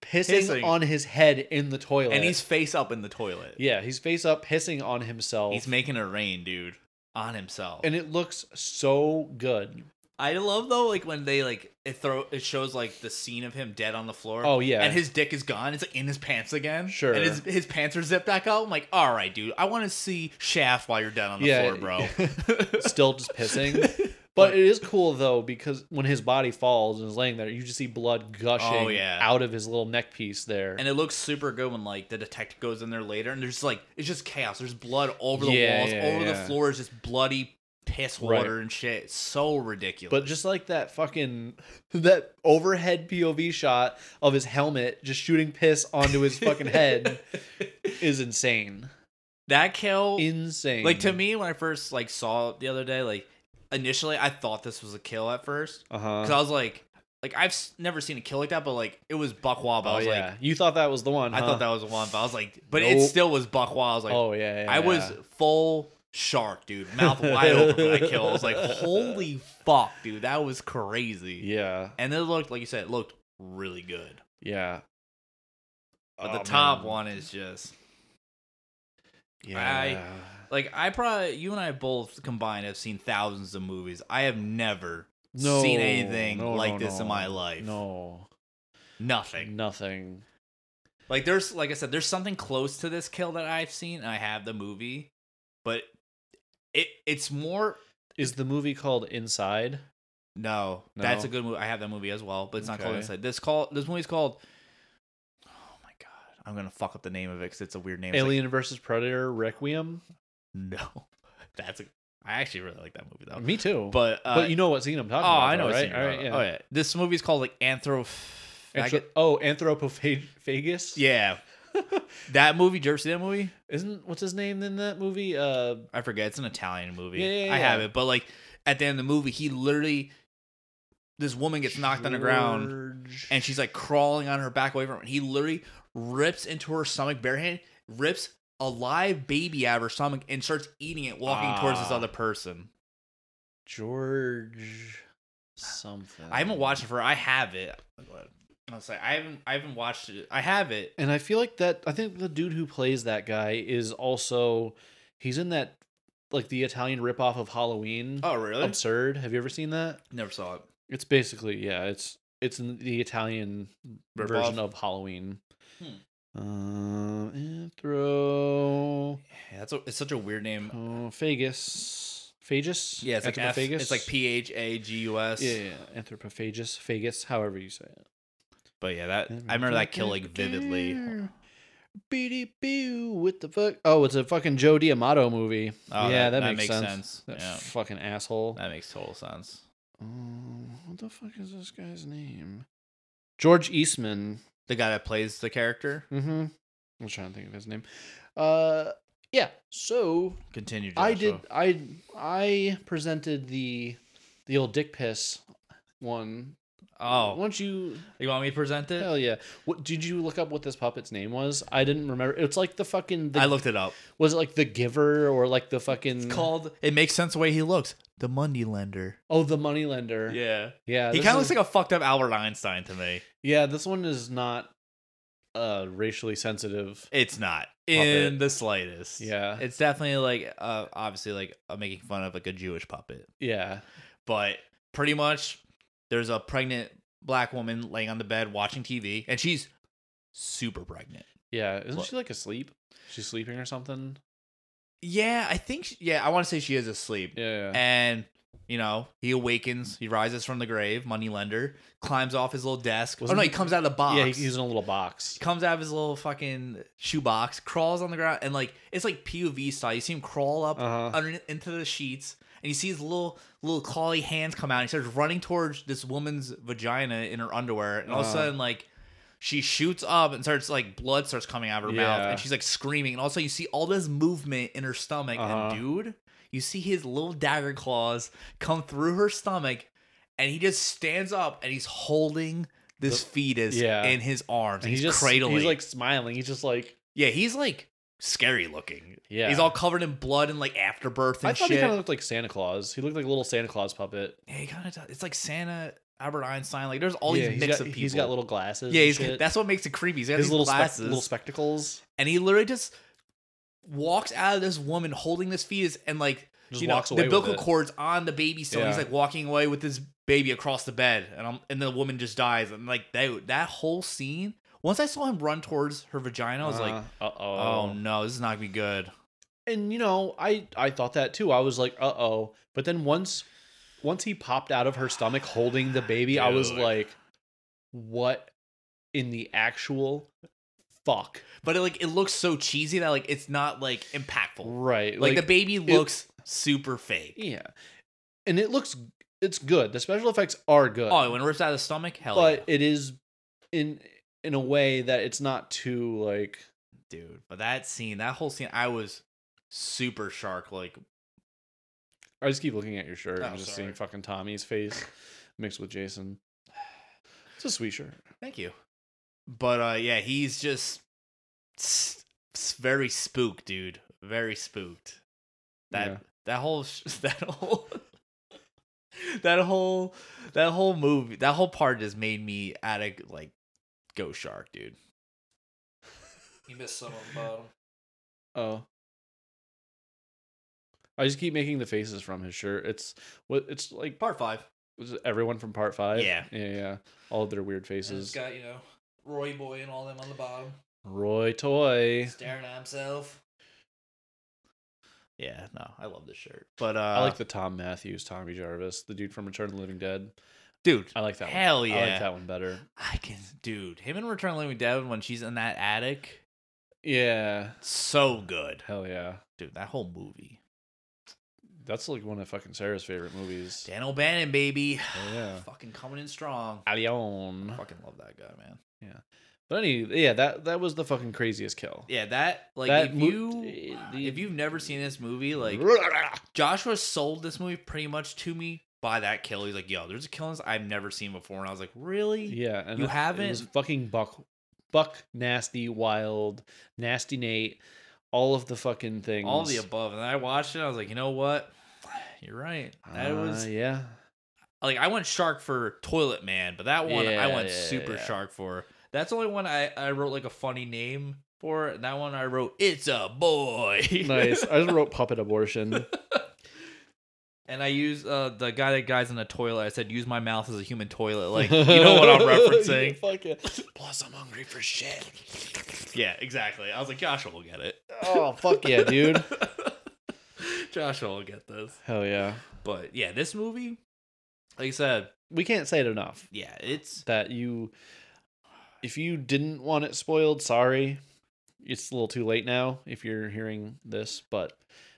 pissing,
Pissing.
on his head in the toilet.
and he's face up in the toilet.
Yeah, he's face up, pissing on himself,
He's making it rain, dude, on himself.
and it looks so good.
I love though, like when they like it throw it shows like the scene of him dead on the floor.
Oh, yeah.
and his dick is gone. It's like in his pants again.
Sure.
and his his pants are zipped back up. I'm like, all right, dude, I want to see Shaft while you're dead on the
Yeah.
floor, bro.
Still just pissing, but it is cool though because when his body falls and is laying there, you just see blood gushing
Oh, yeah.
out of his little neck piece there.
and it looks super good when like the detective goes in there later, and there's like it's just chaos. There's blood over the
Yeah,
walls,
yeah,
over the
yeah.
floor is just bloody piss
Right.
water and shit. It's so ridiculous.
but just like that fucking that overhead POV shot of his helmet just shooting piss onto his fucking head is insane.
that kill
Insane.
Like to me, when I first like saw it the other day, like initially I thought this was a kill at first
Uh
because
huh.
I was like, like I've s- never seen a kill like that, but like it was Buck Wild. I
Oh
was
yeah. you thought that was the one.
like, I
huh?
thought that was the one, but I was like, but it
Nope.
still was Buck Wild. I was like,
oh yeah, yeah.
I was
yeah.
full shark, dude, mouth wide open for that kill. I was like, holy fuck, dude, that was crazy.
Yeah.
And it looked like you said, it looked really good.
Yeah.
But
Oh,
Uh, the top
man.
one is just
Yeah.
like I probably you and I both combined have seen thousands of movies. I have never seen anything
no,
like
no,
this in my
no.
life.
No.
Nothing.
Nothing.
Like there's like I said, there's something close to this kill that I've seen, and I have the movie, but it it's more
Is the movie called Inside?
no, that's
No.
a good movie. I have that movie as well, but it's not called
Okay.
Inside. This call this movie's called Oh my god. I'm gonna fuck up the name of it because it's a weird name. It's like-
Alien versus Predator Requiem?
no. That's a I actually really like that movie though.
Me too.
But uh,
but you know what scene I'm talking
oh,
about.
I
though,
know what
right?
scene you're
All
talking
right,
about. Oh yeah, this movie's called like Anthro. faggot.
Anthro- oh, Anthropophagus?
yeah, that movie. Did you ever see that movie?
Isn't what's his name in that movie? Uh
I forget. It's an Italian movie.
Yeah, yeah,
I have
yeah.
it, but like at the end of the movie, he literally this woman gets knocked on the ground
George-
and she's like crawling on her back away from him. and He literally rips into her stomach bare hand, rips a live baby out of her stomach and starts eating it, walking towards this
Ah.
other person.
George something.
I haven't watched it for. I have it. I was like, I haven't. I haven't watched it. I have it.
And I feel like that I think the dude who plays that guy is also he's in that like the Italian ripoff of Halloween.
Oh really?
Absurd. Have you ever seen that?
Never saw it.
It's basically yeah. It's it's in the Italian
Ripoff?
version of Halloween.
Hmm.
Um, anthro
Yeah, that's a, it's such a weird name.
oh, phagus, phagus.
Yeah, it's like F,
anthropophagus.
It's like P H A G U S.
Yeah, yeah, yeah. anthropophagus, phagus, however you say it.
But yeah, that I remember that kill like vividly.
Beady boo, what the fuck? Oh, it's a fucking Joe D'Amato movie.
Oh,
yeah, that, makes, sense. That
Yeah,
fucking asshole.
that makes total sense.
Um, what the fuck is this guy's name? George Eastman.
The guy that plays the character.
Mm-hmm. I'm trying to think of his name. Uh, yeah. So
Continue.
I did.
Joshua.
I I presented the the old dick piss one.
Oh,
Once you
you want me to present it?
hell yeah. What did you look up what this puppet's name was? I didn't remember. It's like the fucking. The, Mm.
I looked it up.
Was it like the Giver or like the fucking?
It's called. It makes sense the way he looks. The Monday Lender.
oh the moneylender.
Yeah.
Yeah.
He
this
kind of
is-
looks like a fucked up Albert Einstein to me.
Yeah, this one is not uh racially sensitive.
It's not in
Puppet.
the slightest.
Yeah.
It's definitely like uh, obviously like uh, making fun of like a Jewish puppet.
Yeah.
but pretty much there's a pregnant black woman laying on the bed watching TV, and she's super pregnant.
Yeah. Isn't
Look.
she like asleep? She's sleeping or something.
Yeah, I think. She, yeah, I want to say she is asleep,
Yeah. yeah.
and you know he awakens, he rises from the grave, moneylender, climbs off his little desk. oh
Wasn't
no, he
he-
comes out of the box.
Yeah, he- he's in a little box.
comes out of his little fucking shoebox, crawls on the ground, and like it's like POV style. You see him crawl up
Uh-huh.
under into the sheets, and you see his little little clawy hands come out. And he starts running towards this woman's vagina in her underwear, and all of a
Uh-huh.
sudden, like she shoots up and starts like blood starts coming out of her mouth,
Yeah.
and she's like screaming. And also, you see all this movement in her stomach,
Uh-huh.
and dude, you see his little dagger claws come through her stomach. And he just stands up and he's holding this fetus
yeah.
in his arms.
And
he's,
he's just
cradling.
He's like smiling. He's just like
yeah, he's like scary looking.
yeah.
He's all covered in blood and like afterbirth and
I thought
shit.
he kind of looked like Santa Claus. He looked like a little Santa Claus puppet.
yeah, he kind of does. It's like Santa, Albert Einstein. Like there's all
yeah,
these
he's
mix
got,
of people.
He's got little glasses.
Yeah,
and
he's,
shit.
that's what makes it creepy. He's got
his
these
little spec-
glasses,
little spectacles.
and he literally just walks out of this woman holding this fetus and like
Just
you
walks
know
away
the
with
umbilical
it.
cord's on the baby still. and He's
Yeah.
like walking away with this baby across the bed, and I'm and the woman just dies. And like that that whole scene. Once I saw him run towards her vagina, I was like,
uh
oh
oh.
no, this is not gonna be good.
And you know, I I thought that too. I was like, uh oh. But then once once he popped out of her stomach holding the baby, I was
Dude.
like, what in the actual fuck?
But it, like it looks so cheesy that like it's not like impactful.
Right.
Like, the baby looks super fake.
Yeah. And it looks it's good. The special effects are good.
Oh, when it rips out of the stomach, hell
but
yeah.
it is in in a way that it's not too like
dude. But that scene, that whole scene, I was super shark like.
I just keep looking at your shirt.
Oh,
I'm just
sorry.
seeing fucking Tommy's face mixed with Jason. It's a sweet shirt.
Thank you. But uh yeah, he's just s- s- very spooked, dude. Very spooked. That
Yeah.
that whole sh- that whole that whole that whole movie that whole part just made me out of like go shark, dude. You missed some on the bottom.
Oh. I just keep making the faces from his shirt. It's what it's like
Part five.
was it everyone from part five.
Yeah.
Yeah, yeah. All of their weird faces.
got you know Roy Boy and all them on the bottom.
Roy Toy.
staring at himself. Yeah, no, I love this shirt. But uh,
I like the Tom Matthews, Tommy Jarvis, the dude from Return of the Living Dead.
dude.
I like that one.
Hell yeah,
I like that one better.
I can, dude. Him and Return of the Living Dead when she's in that attic,
Yeah.
so good,
Hell yeah.
dude. That whole movie.
that's like one of fucking Sarah's favorite movies.
Dan O'Bannon, baby.
Oh, yeah.
Fucking coming in strong.
Alien.
Fucking love that guy, man.
But anyway, yeah, that that was the fucking craziest kill.
Yeah, that like
That
if
mo-
you
eh, the-
if you've never seen this movie, like Joshua sold this movie pretty much to me by that kill. He's like, yo, there's a kill in this I've never seen before. And I was like, really?
yeah, and
You
it- It was
haven't-
fucking buck, buck, nasty, wild, nasty Nate, all of the fucking things.
All the above. And then I watched it. I was like, you know what? You're right. That
Ah,
was
yeah.
like I went shark for Toilet Man, but that one
Yeah,
I went
yeah,
super
yeah.
shark for. That's the only one I, I wrote like a funny name for. And that one I wrote, It's a Boy.
Nice. I just wrote puppet abortion.
And I use uh, the guy that guys in a toilet. I said, use my mouth as a human toilet. Like, you know what I'm referencing.
Fuck it. Plus, I'm hungry for shit.
yeah, exactly. I was like, Joshua will get it.
Oh fuck yeah, dude.
Joshua will get this.
Hell yeah.
But yeah, this movie, like I said,
We can't say it enough
yeah, it's
that you, if you didn't want it spoiled, sorry. It's a little too late now if you're hearing this, but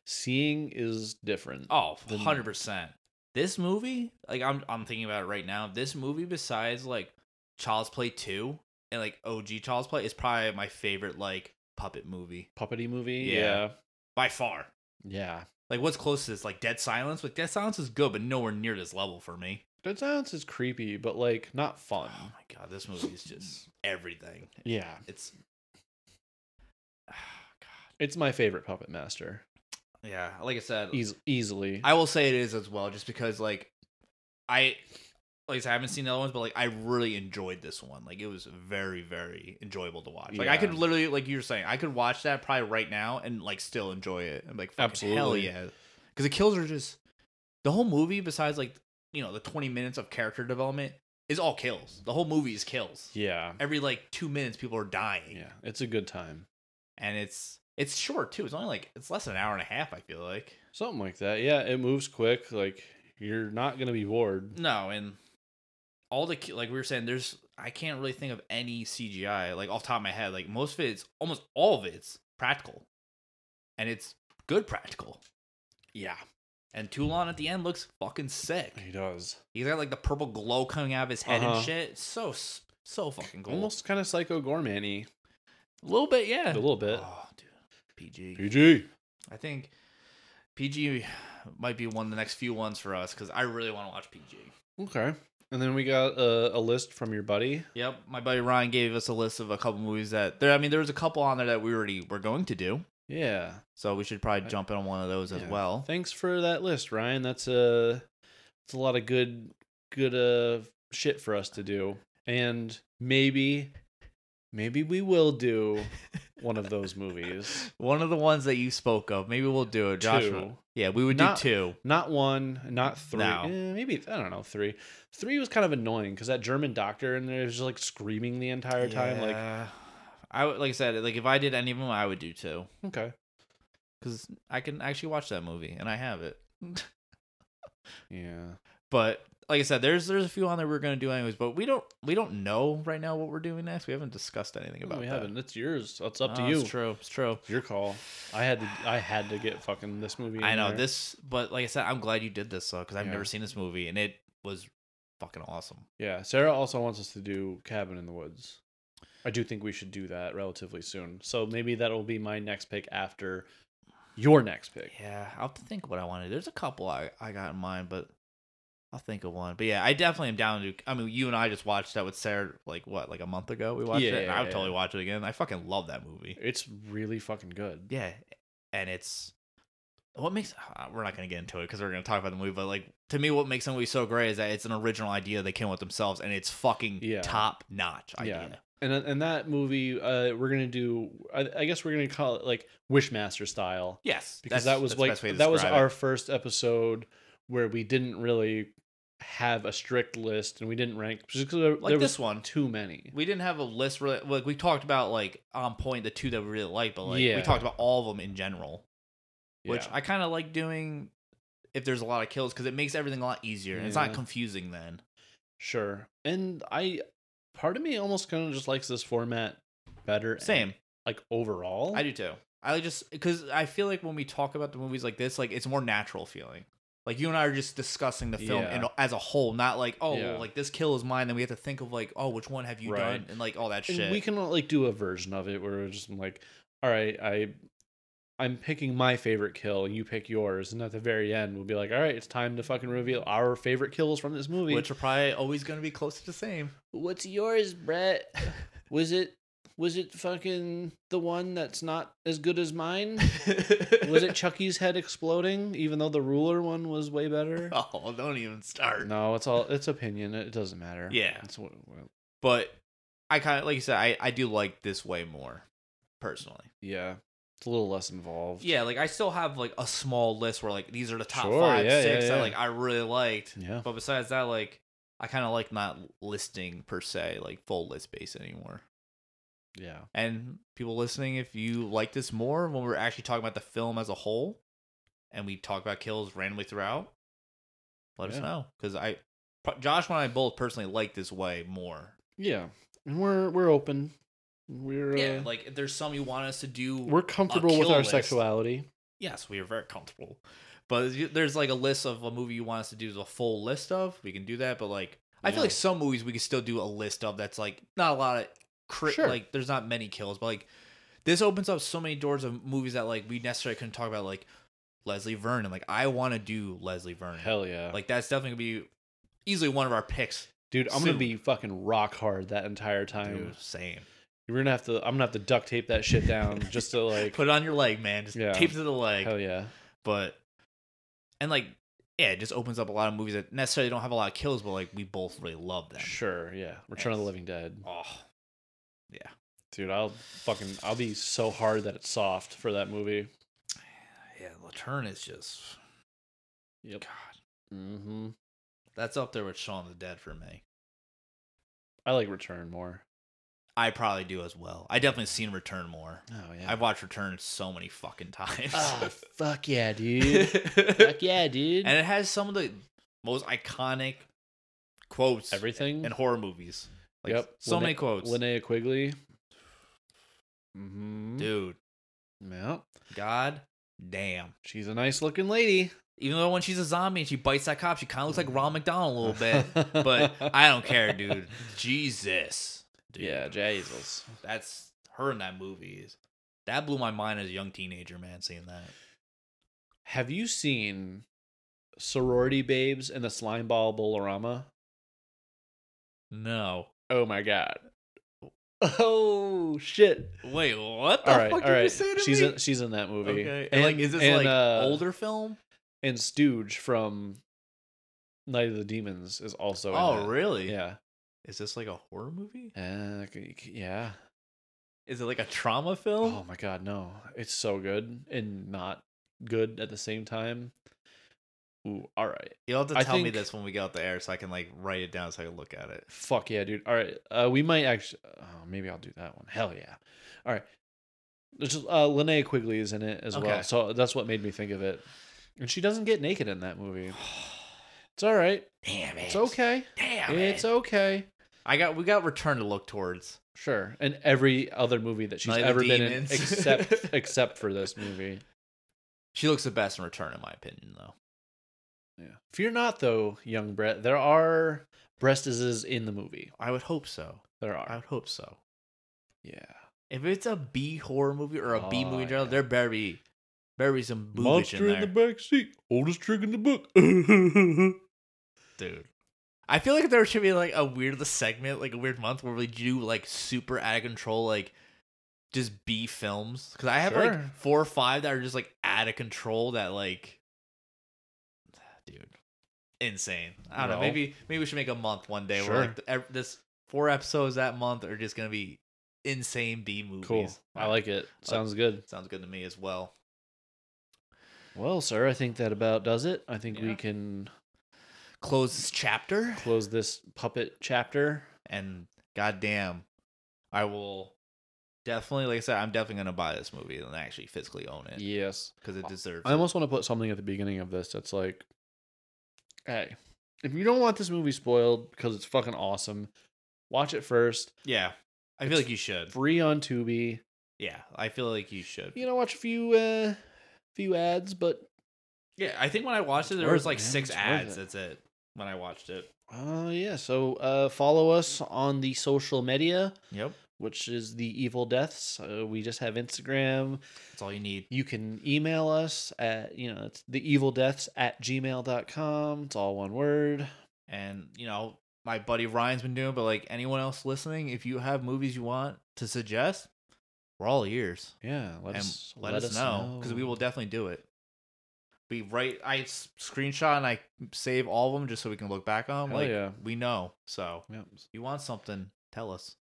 seeing is different.
oh,
The-
100%. This movie, like I'm I'm thinking about it right now. This movie besides like Child's Play 2 and like OG Child's Play is probably my favorite like puppet movie
Puppety movie.
Yeah. by far.
Yeah. Yeah.
Like what's close to this? Like Dead Silence? Like Dead Silence is good, but nowhere near this level for me.
Dead Silence is creepy, but like not fun.
Oh my god, this movie is just everything.
Yeah.
It's God.
It's my favorite puppet master.
Yeah, like I said,
Eas- easily.
I will say it is as well, just because like I like I, said, I haven't seen the other ones, but like I really enjoyed this one. Like it was very, very enjoyable to watch. Like I could
Yeah.
literally, like you were saying, I could watch that probably right now and like still enjoy it. I'm like, fucking hell
Absolutely.
yeah, because the kills are just the whole movie. Besides like you know the 20 minutes of character development is all kills. The whole movie is kills.
yeah.
Every like two minutes, people are dying,
Yeah. It's a good time.
and it's it's short too. It's only like it's less than an hour and a half. I feel like.
Something like that. Yeah, it moves quick. Like you're not gonna be bored.
No, and all the ki- like we were saying, there's I can't really think of any CGI like off the top of my head. Like most of it's almost all of it's practical, and it's good practical.
Yeah,
And Toulon at the end looks fucking sick.
he does.
He's got like the purple glow coming out of his head
Uh-huh.
and shit. It's so s- so fucking cool.
Almost kind of psycho gourmandy
a little bit, yeah.
a little bit.
Oh, dude, PG.
PG.
I think PG might be one of the next few ones for us because I really want to watch PG.
Okay. And then we got uh, a, a list from your buddy.
Yep, my buddy Ryan gave us a list of a couple movies that there. I mean, there was a couple on there that we already were going to do,
Yeah.
so we should probably jump in on one of those as
Yeah.
well.
Thanks for that list, Ryan. That's a that's a lot of good good uh shit for us to do. And maybe maybe we will do one of those movies.
One of the ones that you spoke of, maybe we'll do it, Joshua.
Two.
Yeah, we would
Not-
do two.
Not one, not three.
No.
Eh, maybe I don't know. Three, three was kind of annoying because that German doctor in there is just like screaming the entire time. Like,
Yeah. I would, like I said, like if I did any of them, I would do two
okay,
because I can actually watch that movie and I have it.
yeah,
But like I said, there's there's a few on there we're gonna do anyways, but we don't we don't know right now what we're doing next. We haven't discussed anything
No,
about
we
that.
haven't. It's yours. It's up to
No,
you.
It's true. It's true.
Your call. I had to. I had to get fucking this movie.
I
in
know
there.
this, but like I said, I'm glad you did this because I've
Yeah.
never seen this movie, and it was fucking awesome.
Yeah, Sarah also wants us to do Cabin in the Woods. I do think we should do that relatively soon. So maybe that'll be my next pick after your next pick.
Yeah, I'll have to think what I want to. do. There's a couple I, I got in mind, but I'll think of one. But yeah, I definitely am down to. I mean, you and I just watched that with Sarah like what like a month ago. We watched it. And I
Yeah,
would totally watch it again. I fucking love that movie.
It's really fucking good.
Yeah, and it's what makes uh, we're not gonna get into it because we're gonna talk about the movie. But like to me, what makes the movie so great is that it's an original idea they came up with themselves, and it's fucking
Yeah.
top notch
Yeah.
idea.
And uh, and that movie, uh, we're gonna do. I, I guess we're gonna call it like Wishmaster style
Yes,
because
that's-
that was
that's the
like
best way to
that was
describe it.
our first episode where we didn't really have a strict list and we didn't rank just 'cause there,
like
there
this
was
one.
too many.
We didn't have a list really. Like we talked about, like on point, the two that we really like, but like
Yeah.
we talked about all of them in general, which
Yeah.
I kind of like doing. If there's a lot of kills, because it makes everything a lot easier. and It's not
Yeah.
confusing then.
Sure. And I part of me almost kind of just likes this format better. and
Same.
like overall.
I do too. I just because I feel like when we talk about the movies like this, like it's more natural feeling. Like you and I are just discussing the film
Yeah.
and as a whole, not like oh,
Yeah.
well, like this kill is mine. Then we have to think of like oh, which one have you
Right.
done and like all that
And
shit.
we can uh, like do a version of it where we're just like, all right, I I'm picking my favorite kill and you pick yours, and at the very end we'll be like, all right, it's time to fucking reveal our favorite kills from this movie.
which are probably always going to be close to the same.
What's yours, Brett? Was it was it fucking the one that's not as good as mine? Was it Chucky's head exploding, even though the ruler one was way better?
Oh, don't even start.
No, it's all it's opinion. It doesn't matter.
Yeah.
It's what, what-
But I kind of like you said, I I do like this way more personally.
yeah. It's a little less involved.
Yeah, like I still have like a small list where like these are the top
Sure,
five,
yeah,
six
yeah,
that
yeah.
like I really liked.
Yeah.
But besides that, like I kind of like not listing per se, like full list base anymore.
Yeah.
And people listening, if you like this more when we're actually talking about the film as a whole, and we talk about kills randomly throughout, let us
Yeah.
know because I, pro- Josh and I both personally like this way more.
Yeah. And we're we're open. We're
Yeah,
uh,
like if there's some you want us to do,
we're comfortable with
kill
our
list.
sexuality.
yes, we are very comfortable. But you- there's like a list of a movie you want us to do is a full list of. We can do that, but like I feel
Yeah.
like some movies we can still do a list of that's like not a lot of cri-
Sure.
like there's not many kills, but like this opens up so many doors of movies that like we necessarily couldn't talk about like Leslie Vernon. Like I want to do Leslie Vernon.
Hell yeah. Like
Like that's definitely going to be easily one of our picks.
dude, I'm going
soon.
to be fucking rock hard that entire time.
Dude, same.
You're going to have to I'm going to have to duct tape that shit down just to like
Put it on your leg, man. Just
Yeah.
tape it to the leg.
Hell yeah.
but and like yeah, it just opens up a lot of movies that necessarily don't have a lot of kills, but like we both really love them.
Sure, yeah. Return of the
Yes.
Living Dead.
Oh,
Dude, I'll fucking I'll be so hard that it's soft for that movie.
yeah, Laterne is just
Yep.
God.
Mhm.
That's up there with Shaun the Dead for me.
I like Return more.
I probably do as well. I definitely seen Return more.
Oh
I've watched Return so many fucking times.
oh, fuck yeah, dude.
and
fuck yeah, dude.
it has some of the most iconic quotes
Everything.
in horror movies. Like
yep.
so
Lin-
many quotes.
Linnea Quigley. Mhm.
Dude,
Yeah.
god damn.
She's a nice looking lady.
Even though when she's a zombie and she bites that cop, she kind of looks like
Mm.
Ron McDonald a little bit. but I don't care, dude. Jesus. Dude.
Yeah, Jesus.
That's her in that movie. Is that blew my mind as a young teenager, man, seeing that.
Have you seen Sorority Babes and the Slime Ball Bolorama?
No.
Oh my god. Oh shit.
Wait, what the
All right, all
fuck did you
right.
say to
She's
me?
in, she's in that movie.
okay. And, like, is this
and,
like
uh,
older film?
And Stooge from Night of the Demons is also.
Oh,
in it.
really?
Yeah.
Is this like a horror movie?
Uh, c- c- yeah.
Is it like a trauma film?
Oh my god, no. It's so good and not good at the same time. Ooh, all right.
You'll have to
I
tell me
think-
this when we get off the air so I can like write it down so I can look at it.
Fuck yeah, dude. All right. Uh, we might actually. Oh, maybe I'll do that one. Hell yeah. All right. There's just, uh, Linnea Quigley is in it as
Okay.
well. So that's what made me think of it. And she doesn't get naked in that movie. It's all right.
Damn it.
It's okay.
Damn it.
It's okay.
I got we got Return to look towards.
Sure. And every other movie that she's
Night of the
ever been in,
Demons.
except except for this movie.
She looks the best in Return, in my opinion, though.
Yeah. Fear not, though, young Brett. There are breastises in the movie.
I would hope so.
There
I
are.
would hope so.
Yeah.
If it's a B horror movie or a B
Oh,
movie in general,
yeah.
there better be better be some boobage in
Monster in
there,
the back seat. Oldest trick in the book.
dude. I feel like there should be like a weird segment, like a weird month where we do like super out of control, like just B films. Because I have
Sure.
like four or five that are just like out of control. That like, dude, insane. I don't know.
Well.
Maybe maybe we should make a month one day
Sure.
where like the, ev- this four episodes that month are just gonna be insane B movies.
Cool. Uh, I
Alright.
like it. Sounds good.
Sounds good to me as well.
Well, sir, I think that about does it. I think
Yeah.
we can
Close this chapter
close this puppet chapter.
and goddamn, I will definitely, like I said, I'm definitely gonna buy this movie and actually physically own it
Yes.
because it deserves.
I
it.
almost want to put something at the beginning of this that's like, hey, if you don't want this movie spoiled because it's fucking awesome, watch it first.
Yeah, I feel like you should.
Free on Tubi.
Yeah, I feel like you should.
You know, watch a few uh few ads, but
Yeah, I think when I watched it,
It's
there
worth
was
it,
like
man.
six
It's worth
ads.
it.
That's it. When I watched it.
uh yeah, so uh follow us on the social media,
Yep.
which is the Evil Deaths. Uh, we just have Instagram.
That's all you need.
You can email us at you know, it's the evil deaths at gmail.com. It's all one word.
And you know, my buddy Ryan's been doing, it, but like anyone else listening, if you have movies you want to suggest, we're all ears.
Yeah, let
and
us
let, us, know because we will definitely do it. We write, I s- screenshot and I save all of them just so we can look back on them.
Hell
like
yeah.
we know. So
Yep,
if you want something, tell us.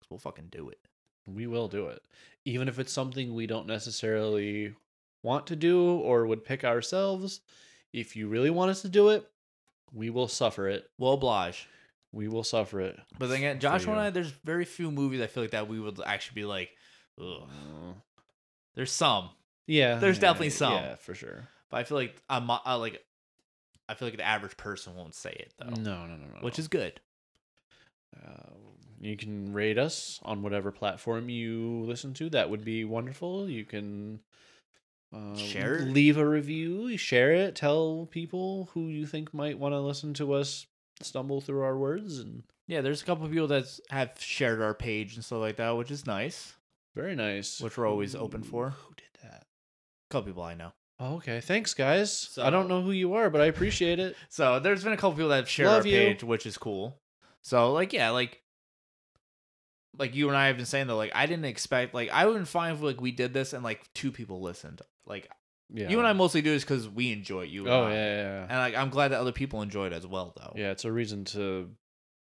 we we'll fucking do it.
we will do it. Even if it's something we don't necessarily want to do or would pick ourselves, if you really want us to do it, we will suffer it.
We'll oblige.
We will suffer it.
But then again,
for
Joshua and
you.
I, there's very few movies I feel like that we would actually be like, ugh.
Uh,
There's some,
yeah.
There's
yeah,
definitely some.
Yeah, for sure.
but I feel like I'm I like, I feel like the average person won't say it though,
No, no, no, no.
which
no.
is good.
Uh, you can rate us on whatever platform you listen to. That would be wonderful. You can uh,
Share it.
leave a review, share it, tell people who you think might want to listen to us stumble through our words, and
Yeah, there's a couple of people that have shared our page and stuff like that, which is nice.
very nice.
Which we're always open for.
Who did that?
A couple people I know.
Oh, okay, thanks guys. I don't
So-
know who you are, but I appreciate it.
So there's been a couple people that have shared
Love
our
you.
page, which is cool. So like yeah, like like you and I have been saying though, like I didn't expect like I wouldn't find if like we did this and like two people listened. Like
Yeah.
you and I mostly do this because we enjoy it, you. and
Oh
I.
yeah, yeah, yeah.
And like I'm glad that other people enjoy it as well though.
Yeah, it's a reason to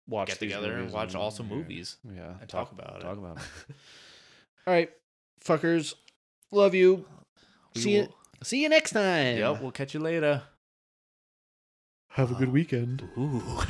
watch
Get
these
together and
movies
watch awesome
yeah.
movies
Yeah,
and talk, about it.
Talk about it. All right, fuckers. Love you.
We
See you.
will-
See you next time.
Yep, we'll catch you later.
Have a good weekend.
Ooh.